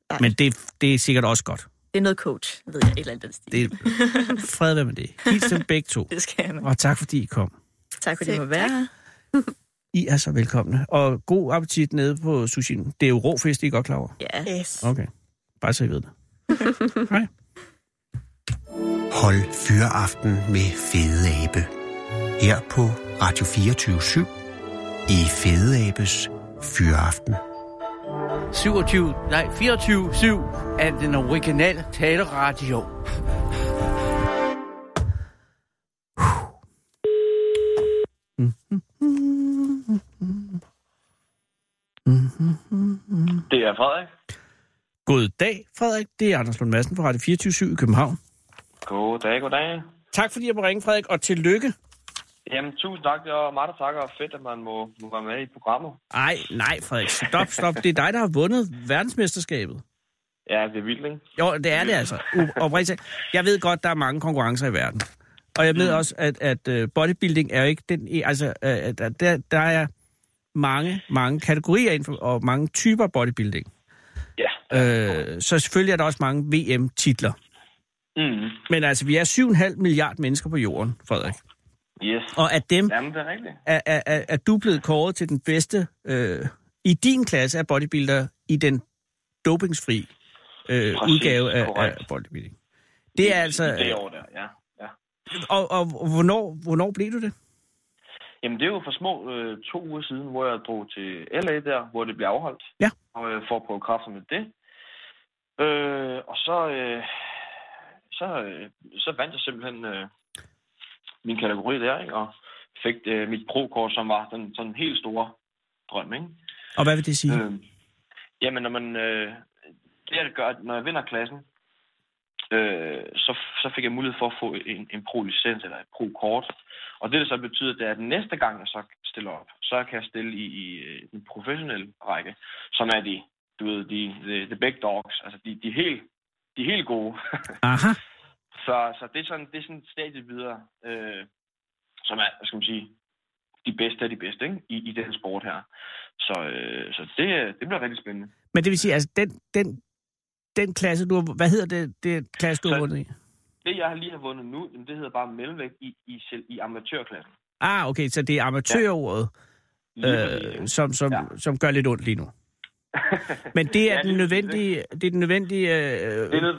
Speaker 10: nej.
Speaker 5: Men det, det er sikkert også godt.
Speaker 10: det er noget coach, ved jeg, et eller andet den stil.
Speaker 5: Det
Speaker 10: Det,
Speaker 5: er, fred være med det. Helt dem begge to.
Speaker 10: det skal jeg nok.
Speaker 5: Og tak fordi I kom.
Speaker 10: Tak fordi det må være her.
Speaker 5: I er så velkomne. Og god appetit nede på sushien. Det er jo rå fisk, I er godt klar over.
Speaker 10: Ja.
Speaker 8: Yes.
Speaker 5: Okay. Bare så I ved det. Hej.
Speaker 3: Hold Fyraften med Fede Abe. Her på Radio 24 i Fede Abes Fyraften.
Speaker 11: 27, nej, 24-7 af den originale taleradio.
Speaker 12: Det er Frederik.
Speaker 5: God dag, Frederik. Det er Anders Lund Madsen fra Radio 24 i København.
Speaker 12: God dag, god dag.
Speaker 5: Tak fordi jeg må ringe, Frederik, og tillykke.
Speaker 12: Jamen, tusind tak. Det var meget tak, og fedt, at man må, må være med i programmet.
Speaker 5: Ej, nej, Frederik. Stop, stop. Det er dig, der har vundet verdensmesterskabet.
Speaker 12: Ja, det er vildt, ikke?
Speaker 5: Jo, det er det altså. U- oprigtigt. talt. Jeg ved godt, der er mange konkurrencer i verden. Og jeg ved også, at, at øh, bodybuilding er jo ikke den... e- Altså, øh, at- at der, der er mange, mange kategorier inden for, og mange typer bodybuilding. Ja. Øh, så selvfølgelig er der også mange VM-titler.
Speaker 12: Mm.
Speaker 5: Men altså, vi er 7,5 milliarder mennesker på jorden, Frederik.
Speaker 12: Yes.
Speaker 5: Og af dem
Speaker 12: Jamen, det er rigtigt.
Speaker 5: er, er, er, er du blevet kåret til den bedste øh, i din klasse af bodybuilder i den dopingsfri øh,
Speaker 12: Præcis,
Speaker 5: udgave af, af
Speaker 12: korrekt.
Speaker 5: bodybuilding. Det er altså...
Speaker 12: I det år der, ja. ja.
Speaker 5: Og, og hvornår, hvornår blev du det?
Speaker 12: Jamen, det er jo for små øh, to uger siden, hvor jeg drog til LA der, hvor det blev afholdt.
Speaker 5: Ja.
Speaker 12: Og øh, for at prøve kræfter med det. Øh, og så, øh, så, øh, så vandt jeg simpelthen øh, min kategori der, ikke? Og fik øh, mit pro-kort, som var den sådan helt store drøm, ikke?
Speaker 5: Og hvad vil det sige?
Speaker 12: Øh, jamen, når man... Øh, det, jeg gør, at når jeg vinder klassen, øh, så, så fik jeg mulighed for at få en, en pro-licens eller et pro-kort. Og det, der så betyder, det er, at næste gang, jeg så stiller op, så kan jeg stille i, i øh, den professionelle række, som er de, du ved, de, de, the big dogs, altså de, de, helt, de helt gode.
Speaker 5: Aha.
Speaker 12: så, så det er sådan, det er sådan et stadie videre, øh, som er, altså, hvad skal man sige, de bedste af de bedste, ikke? I, i den sport her. Så, øh, så det, det bliver rigtig spændende.
Speaker 5: Men det vil sige, altså den, den, den klasse, du har... Hvad hedder det, det klasse, du har vundet i?
Speaker 12: Det, jeg lige har vundet nu, jamen, det hedder bare mellemvægt i, i, selv- i amatørklassen.
Speaker 5: Ah, okay, så det er amatørordet, øh, som, som, ja. som gør lidt ondt lige nu. Men det er,
Speaker 12: Ja, det er
Speaker 5: den,
Speaker 12: præcis
Speaker 5: nødvendige, det er den nødvendige øh,
Speaker 12: Det er, nød,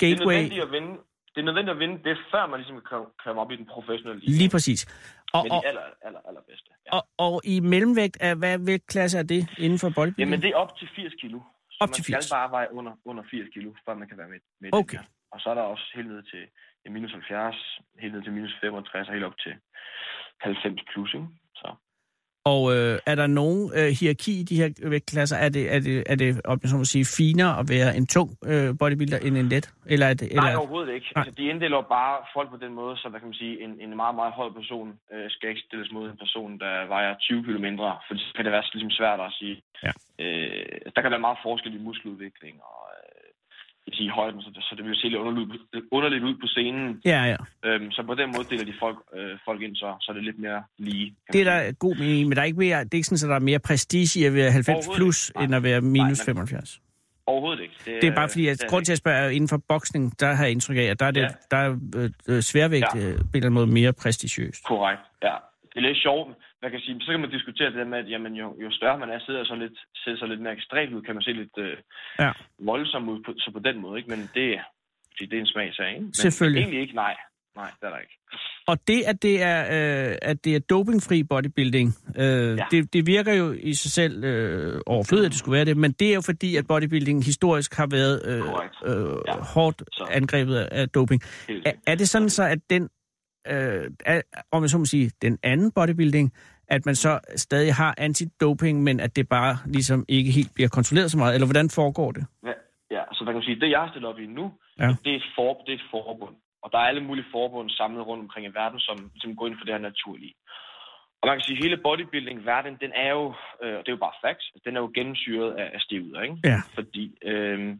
Speaker 12: det er
Speaker 5: gateway.
Speaker 12: nødvendigt at vinde. Det er nødvendigt at vinde det, før man ligesom kan komme op i den professionelle liga.
Speaker 5: Lige præcis. Og,
Speaker 12: Med
Speaker 5: og,
Speaker 12: de aller, aller, allerbedste.
Speaker 5: og, og i mellemvægt, er, hvad hvilken klasse er det inden for boldbilen?
Speaker 12: Jamen, det er op til 80 kilo. Så
Speaker 5: Op
Speaker 12: man
Speaker 5: til
Speaker 12: skal bare veje under, under 80 kilo, før man kan være med, med i den
Speaker 5: Okay.
Speaker 12: her. Og så er der også helt ned til ja, minus 70, helt ned til minus 65 og helt op til 90 plus, ikke? Så.
Speaker 5: Og øh, er der nogen øh, hierarki i de her vægtklasser? Er det, er det, er det om jeg så må sige, finere at være en tung øh, bodybuilder end en let? Eller er det, eller...
Speaker 12: Nej, overhovedet ikke. Altså, de inddeler jo bare folk på den måde, så hvad kan man sige, en, en meget, meget høj person øh, skal ikke stilles mod en person, der vejer 20 kilo mindre, for så kan det være ligesom svært at sige.
Speaker 5: Ja.
Speaker 12: Øh, der kan være meget forskel i muskeludvikling og øh, jeg vil sige, højden, så det, så det vil se lidt underligt, ud- underligt ud på scenen.
Speaker 5: Ja, ja.
Speaker 12: Øhm, så på den måde deler de folk, øh, folk ind, så, så er det lidt mere lige.
Speaker 5: Det er der god mening i, men der er ikke mere, det er ikke sådan, at der er mere prestige i at være 90
Speaker 12: Overhovedet
Speaker 5: plus, end at være minus 75.
Speaker 12: Overhovedet ikke.
Speaker 5: Det er bare fordi, at
Speaker 12: det er
Speaker 5: grund til at spørge er jo inden for boksning, der har jeg indtryk af, at der er, det,
Speaker 12: Ja.
Speaker 5: der er øh, øh, sværvægt ja.
Speaker 12: Ja.
Speaker 5: på en eller anden måde mere prestigiøst.
Speaker 12: Korrekt, ja. Det er lidt sjovt. Man kan sige, så kan man diskutere det der med, at jamen, jo, jo større man er, sidder så lidt, ser så lidt mere ekstremt ud, kan man se lidt øh,
Speaker 5: Ja.
Speaker 12: voldsom ud på, så på den måde. Ikke? Men det, fordi det er en smagssag, ikke? Men
Speaker 5: Selvfølgelig.
Speaker 12: Egentlig ikke, nej. Nej, det er der ikke.
Speaker 5: Og det, at det er, øh, at det er dopingfri bodybuilding, øh, ja. det, det virker jo i sig selv øh, overflødigt, at det skulle være det, men det er jo fordi, at bodybuilding historisk har været øh, øh, ja. hårdt angrebet af, af doping. Er, er det sådan så, at den, øh, er, om jeg så må sige, den anden bodybuilding, at man så stadig har antidoping, men at det bare ligesom ikke helt bliver kontrolleret så meget, eller hvordan foregår det?
Speaker 12: Ja, ja så der kan man sige, det jeg har stillet op i nu,
Speaker 5: Ja.
Speaker 12: det, er et for, det er et forbund. Og der er alle mulige forbund samlet rundt omkring i verden, som, som går ind for det her naturlige. Og man kan sige, at hele bodybuilding-verden, den er jo, øh, og det er jo bare facts, den er jo gennemsyret af, af stivuder, ikke?
Speaker 5: Ja.
Speaker 12: Fordi, øh,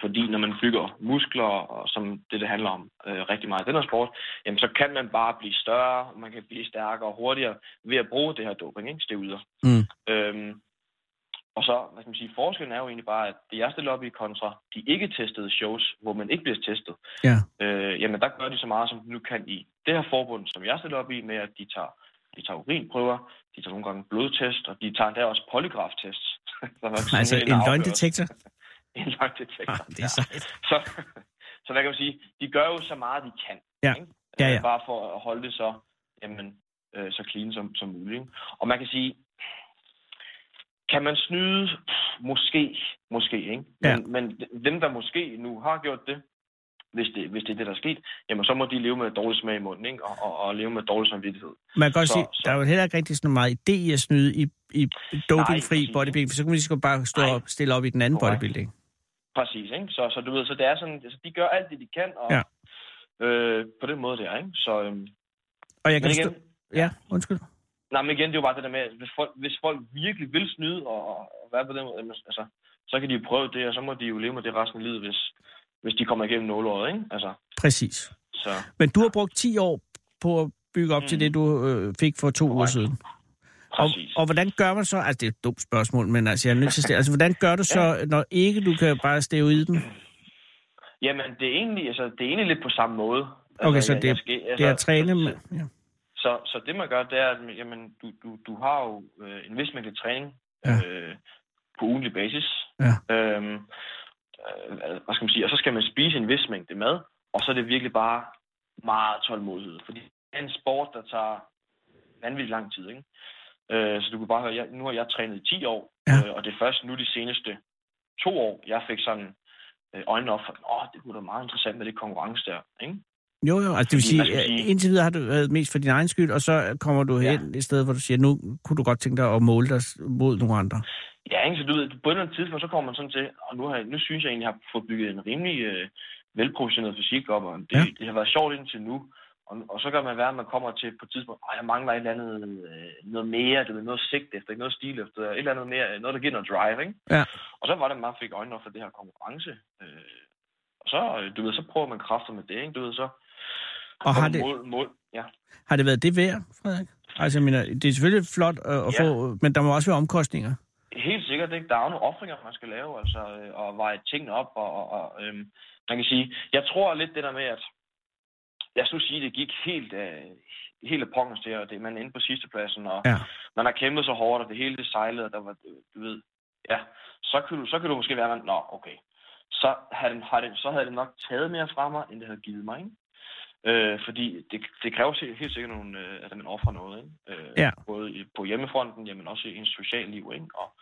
Speaker 12: fordi når man bygger muskler, og som det, det handler om øh, rigtig meget i den her sport, jamen, så kan man bare blive større, og man kan blive stærkere og hurtigere ved at bruge det her doping, ikke? Stivuder.
Speaker 5: Mm.
Speaker 12: Øhm, og så, hvad skal man sige, forskellen er jo egentlig bare, at det jeg stiller op i kontra de ikke-testede shows, hvor man ikke bliver testet,
Speaker 5: Ja.
Speaker 12: øh, jamen der gør de så meget, som de nu kan i det her forbund, som jeg stiller op i, med at de tager, de tager urinprøver, de tager nogle gange blodtest, og de tager endda også polygraftest.
Speaker 5: Altså en Ah, løgndetektor?
Speaker 12: En løgndetektor.
Speaker 5: Det er sejt.
Speaker 12: Så, Så der kan man sige, de gør jo så meget, de kan.
Speaker 5: Ja. Ja,
Speaker 12: Øh,
Speaker 5: ja.
Speaker 12: Bare for at holde det så, jamen, øh, så clean som, som muligt. ikke? Og man kan sige, kan man snyde? Pff, Måske, måske, ikke?
Speaker 5: Ja.
Speaker 12: Men, men dem, der måske nu har gjort det, hvis det, hvis det er det, der er sket, jamen så må de leve med dårlig smag i munden, ikke? Og, og, og leve med dårlig samvittighed.
Speaker 5: Man kan godt
Speaker 12: Så-
Speaker 5: sige, der er jo heller ikke rigtig sådan meget idé i at snyde i, i dopingfri
Speaker 12: præcis.
Speaker 5: bodybuilding, for så kan man lige så godt bare stå og stille op i den anden bodybuilding.
Speaker 12: Præcis, ikke? Så, så du ved, så det er sådan, altså, de gør alt det, de kan, og
Speaker 5: Ja.
Speaker 12: ja. øh, på den måde der, ikke? Så, øhm,
Speaker 5: Og jeg kan
Speaker 12: men igen,
Speaker 5: forstå... Ja, undskyld.
Speaker 12: nej, men igen, det er jo bare det der med, at hvis folk, hvis folk virkelig vil snyde og, og være på den måde, jamen, altså, så kan de jo prøve det, og så må de jo leve med det resten af livet, hvis, hvis de kommer igennem nåleåret, ikke? Altså,
Speaker 5: Præcis.
Speaker 12: så,
Speaker 5: Men du har brugt 10 år på at bygge op mm. til det, du øh, fik for to uger siden. Og, og hvordan gør man så, altså det er et dumt spørgsmål, men altså jeg er nødt til at stille, altså hvordan gør du så, ja. når ikke du kan bare stæve i den?
Speaker 12: Altså, jamen, det er egentlig, altså, det er egentlig lidt på samme måde. Altså,
Speaker 5: Okay, så
Speaker 12: jeg-
Speaker 5: det,
Speaker 12: jeg skal-
Speaker 5: det er at træne med, ja.
Speaker 12: Så, så det man gør, det er, at jamen, du, du, du har jo øh, en vis mængde træning
Speaker 5: Ja.
Speaker 12: øh, på ugentlig basis.
Speaker 5: Ja.
Speaker 12: Øhm, øh, hvad skal man sige? Og så skal man spise en vis mængde mad, og så er det virkelig bare meget tålmodighed. Fordi det er en sport, der tager vanvittigt lang tid. Ikke? Øh, så du kan bare høre, jeg, nu har jeg trænet i 10 år, ja. øh, og det er først nu de seneste to år, jeg fik sådan øh, øjnene op for, åh, det kunne da være meget interessant med det konkurrence der. Ikke?
Speaker 5: Jo, jo, altså det vil
Speaker 12: Fordi, hvad skal
Speaker 5: sige,
Speaker 12: man sige?
Speaker 5: indtil videre har du været mest for din egen skyld, og så kommer du hen et sted, hvor du siger, nu kunne du godt tænke dig at måle dig mod nogle andre.
Speaker 12: Ja, ikke? så du ved, på et eller andet tidspunkt, så kommer man sådan til, og nu, har, jeg- nu synes jeg egentlig, jeg har fået bygget en rimelig øh, velproportioneret fysik op, og det, ja. det har været sjovt indtil nu. Og, og så kan man være, at man kommer til på et tidspunkt, at jeg mangler et eller andet øh, noget mere, det er noget sigt efter, ikke? noget stil efter, et eller andet mere, øh, noget, der giver noget drive, ikke?
Speaker 5: Ja.
Speaker 12: Og så var det, at man fik øjnene op for det her konkurrence. Øh, og så, øh, du ved, så prøver man kræfter med det, ikke? Du ved, så...
Speaker 5: Og har
Speaker 12: så
Speaker 5: det-
Speaker 12: Mål, mål, ja.
Speaker 5: Har det været det værd, Frederik? Altså jeg mener, det er selvfølgelig flot at, at
Speaker 12: Ja.
Speaker 5: få, øh, men der må også være omkostninger.
Speaker 12: Helt sikkert, ikke? Der er jo nogle offringer, man skal lave, altså, øh, og veje tingene op, og, og, og øhm, man kan sige, jeg tror lidt det der med, at jeg skulle sige, det gik helt, øh, helt af pokkens der, og det, man er inde på sidste pladsen, og
Speaker 5: Ja.
Speaker 12: man har kæmpet så hårdt, og det hele det sejlede, og der var, øh, du ved, ja, så kan du, så kan du måske være, at nå, okay, så havde, den- har det, så havde det nok taget mere fra mig, end det havde givet mig, ikke? Øh, fordi det, det kræver helt, helt sikkert, nogle, øh, at man offrer noget, ikke? Øh,
Speaker 5: Ja.
Speaker 12: Både i- på hjemmefronten, jamen også i ens sociale liv, ikke? Og,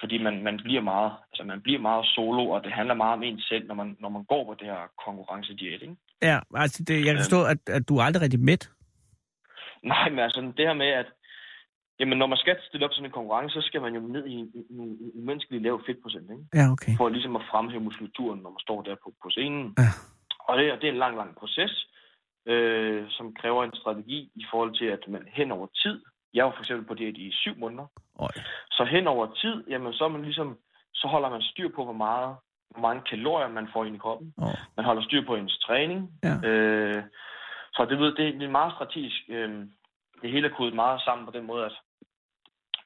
Speaker 12: fordi man, man, bliver meget, altså man bliver meget solo, og det handler meget om en selv, når man, når man går på det her konkurrencediæt, ikke?
Speaker 5: Ja, altså det, jeg kan forstå, at, at du er aldrig rigtig mæt.
Speaker 12: Nej, men altså det her med, at jamen, når man skal stille op til sådan en konkurrence, så skal man jo ned i en, en, en umenneskelig lav fedtprocent, ikke?
Speaker 5: Ja, okay.
Speaker 12: For ligesom at fremhæve muskulaturen, når man står der på, på scenen.
Speaker 5: Ja.
Speaker 12: Og det, er- det er en lang, lang proces, øh, som kræver en strategi i forhold til, at man hen over tid, jeg var for eksempel på diæt i syv måneder,
Speaker 5: Øj.
Speaker 12: så hen over tid, jamen så, er man ligesom, så holder man styr på, hvor meget hvor mange kalorier man får ind i kroppen.
Speaker 5: Oh.
Speaker 12: Man holder styr på ens træning.
Speaker 5: Ja.
Speaker 12: Øh, så det, ved, det, det er meget strategisk. Øh, det hele er kodet meget sammen på den måde, at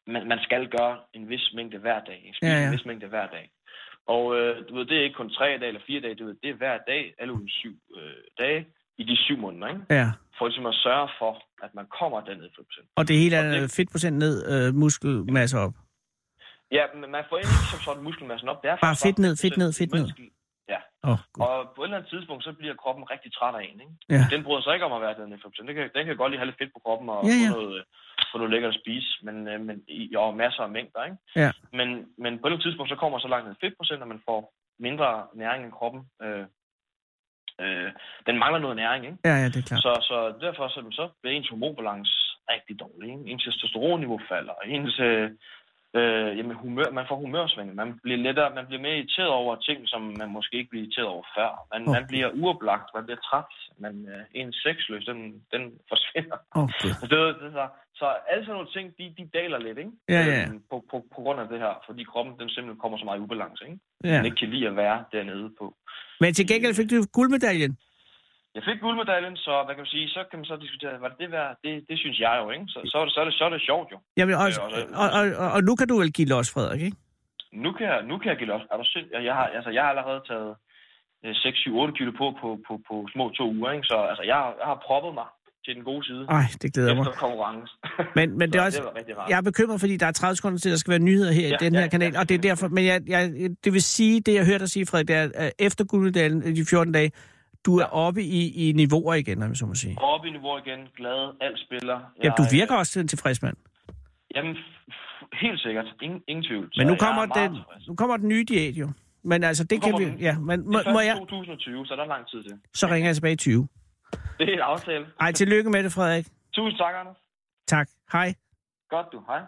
Speaker 12: man, man skal gøre en vis mængde hver dag. ikke? Spise
Speaker 5: Ja,
Speaker 12: ja,
Speaker 5: ja.
Speaker 12: ja. en vis mængde hver dag. Og øh, du ved, det er ikke kun tre dage eller fire dage, du ved, det er hver dag, alle ugens syv øh, dage, i de syv måneder, ikke?
Speaker 5: Ja.
Speaker 12: For ligesom at sørge for, at man kommer derned i 5%.
Speaker 5: Og det hele er fedtprocent ned, øh, muskelmasse op.
Speaker 12: Ja, men man får egentlig ikke som sådan muskelmassen op. Det er
Speaker 5: Bare
Speaker 12: faktisk
Speaker 5: fedt ned,
Speaker 12: 5%.
Speaker 5: fedt ned, fedt ned.
Speaker 12: Ja.
Speaker 5: Åh,
Speaker 12: Og på et eller andet tidspunkt, så bliver kroppen rigtig træt af en. Ikke?
Speaker 5: Ja.
Speaker 12: Den bryder sig ikke om at være dernede i 5%. Den kan, den kan godt lige have lidt fedt på kroppen og
Speaker 5: Ja,
Speaker 12: ja,
Speaker 5: ja.
Speaker 12: ja. Få, noget, øh, få noget lækkert at spise, men, øh, men i, og masser af mængder. Ikke?
Speaker 5: Ja.
Speaker 12: Men, men på et eller andet tidspunkt, så kommer man så langt ned i 5%, og man får mindre næring i kroppen. Øh, øh, den mangler noget næring, ikke?
Speaker 5: Ja, ja, det er klart.
Speaker 12: Så, så derfor så, så bliver ens hormonbalance rigtig dårlig. Ikke? Ens testosteronniveau falder, og ens øh, øh, jamen, humør, man får humørsvingninger. Man bliver lettere, man bliver mere irriteret over ting, som man måske ikke bliver irriteret over før. Man,
Speaker 5: Åh.
Speaker 12: man bliver uoplagt, man bliver træt, man, øh, ens sexløs, den, den forsvinder.
Speaker 5: Åh, Gud.
Speaker 12: Så, det, er- det, er så, så alle sådan nogle ting, de, de daler lidt, ikke?
Speaker 5: Ja, ja.
Speaker 12: Øhm, På, på, på, grund af det her, fordi kroppen den simpelthen kommer så meget i ubalance, ikke?
Speaker 5: Ja.
Speaker 12: Den ikke kan lide at være dernede på,
Speaker 5: Men til gengæld fik du guldmedaljen.
Speaker 12: jeg fik guldmedaljen, så hvad kan man sige, så kan man så diskutere, var det det værd? Det, det synes jeg jo, ikke? Så, så, er det, så, er det, så er det sjovt jo.
Speaker 5: Jamen, og,
Speaker 12: Øh, og-
Speaker 5: og, og, og, og nu kan du vel give los, Frederik, ikke?
Speaker 12: Nu kan jeg, nu kan jeg give det op. Er du sind? Jeg, jeg, har, altså, jeg har allerede taget øh, 6, 7, 8 kilo på på, på, på små to uger, ikke? Så altså, jeg, har- jeg har proppet mig til den gode side.
Speaker 5: Ej, det glæder
Speaker 12: efter
Speaker 5: mig.
Speaker 12: konkurrence.
Speaker 5: Men, men det er
Speaker 12: Så
Speaker 5: også,
Speaker 12: det var rigtig rart.
Speaker 5: jeg er bekymret, fordi der er 30 sekunder til, at der skal være nyheder her ja, i den her ja, kanal, og det er derfor, men jeg, jeg, det vil sige, det jeg hørte dig sige, Frederik, det er, at efter Guldmedaljen øh, de 14 dage, du er oppe i, i niveauer igen, om jeg så må sige.
Speaker 12: Oppe i niveau igen, glad, alt spiller.
Speaker 5: Ja, du
Speaker 12: Jeg-
Speaker 5: virker også til en tilfreds mand.
Speaker 12: Jamen, f- helt sikkert. Ingen, ingen tvivl.
Speaker 5: Men
Speaker 12: Så jeg
Speaker 5: nu
Speaker 12: er
Speaker 5: kommer,
Speaker 12: meget
Speaker 5: den,
Speaker 12: tilfreds.
Speaker 5: nu kommer den nye diæt jo. Men altså, det kan
Speaker 12: kommer
Speaker 5: vi...
Speaker 12: den.
Speaker 5: Ja, men må,
Speaker 12: det er
Speaker 5: må
Speaker 12: først
Speaker 5: jeg...
Speaker 12: 2020, så der er lang tid til.
Speaker 5: Så ringer jeg tilbage i 20.
Speaker 12: Det er en aftale.
Speaker 5: Ej, tillykke med det, Frederik.
Speaker 12: Tusind tak, Anders.
Speaker 5: Tak. Hej.
Speaker 12: Godt du. Hej.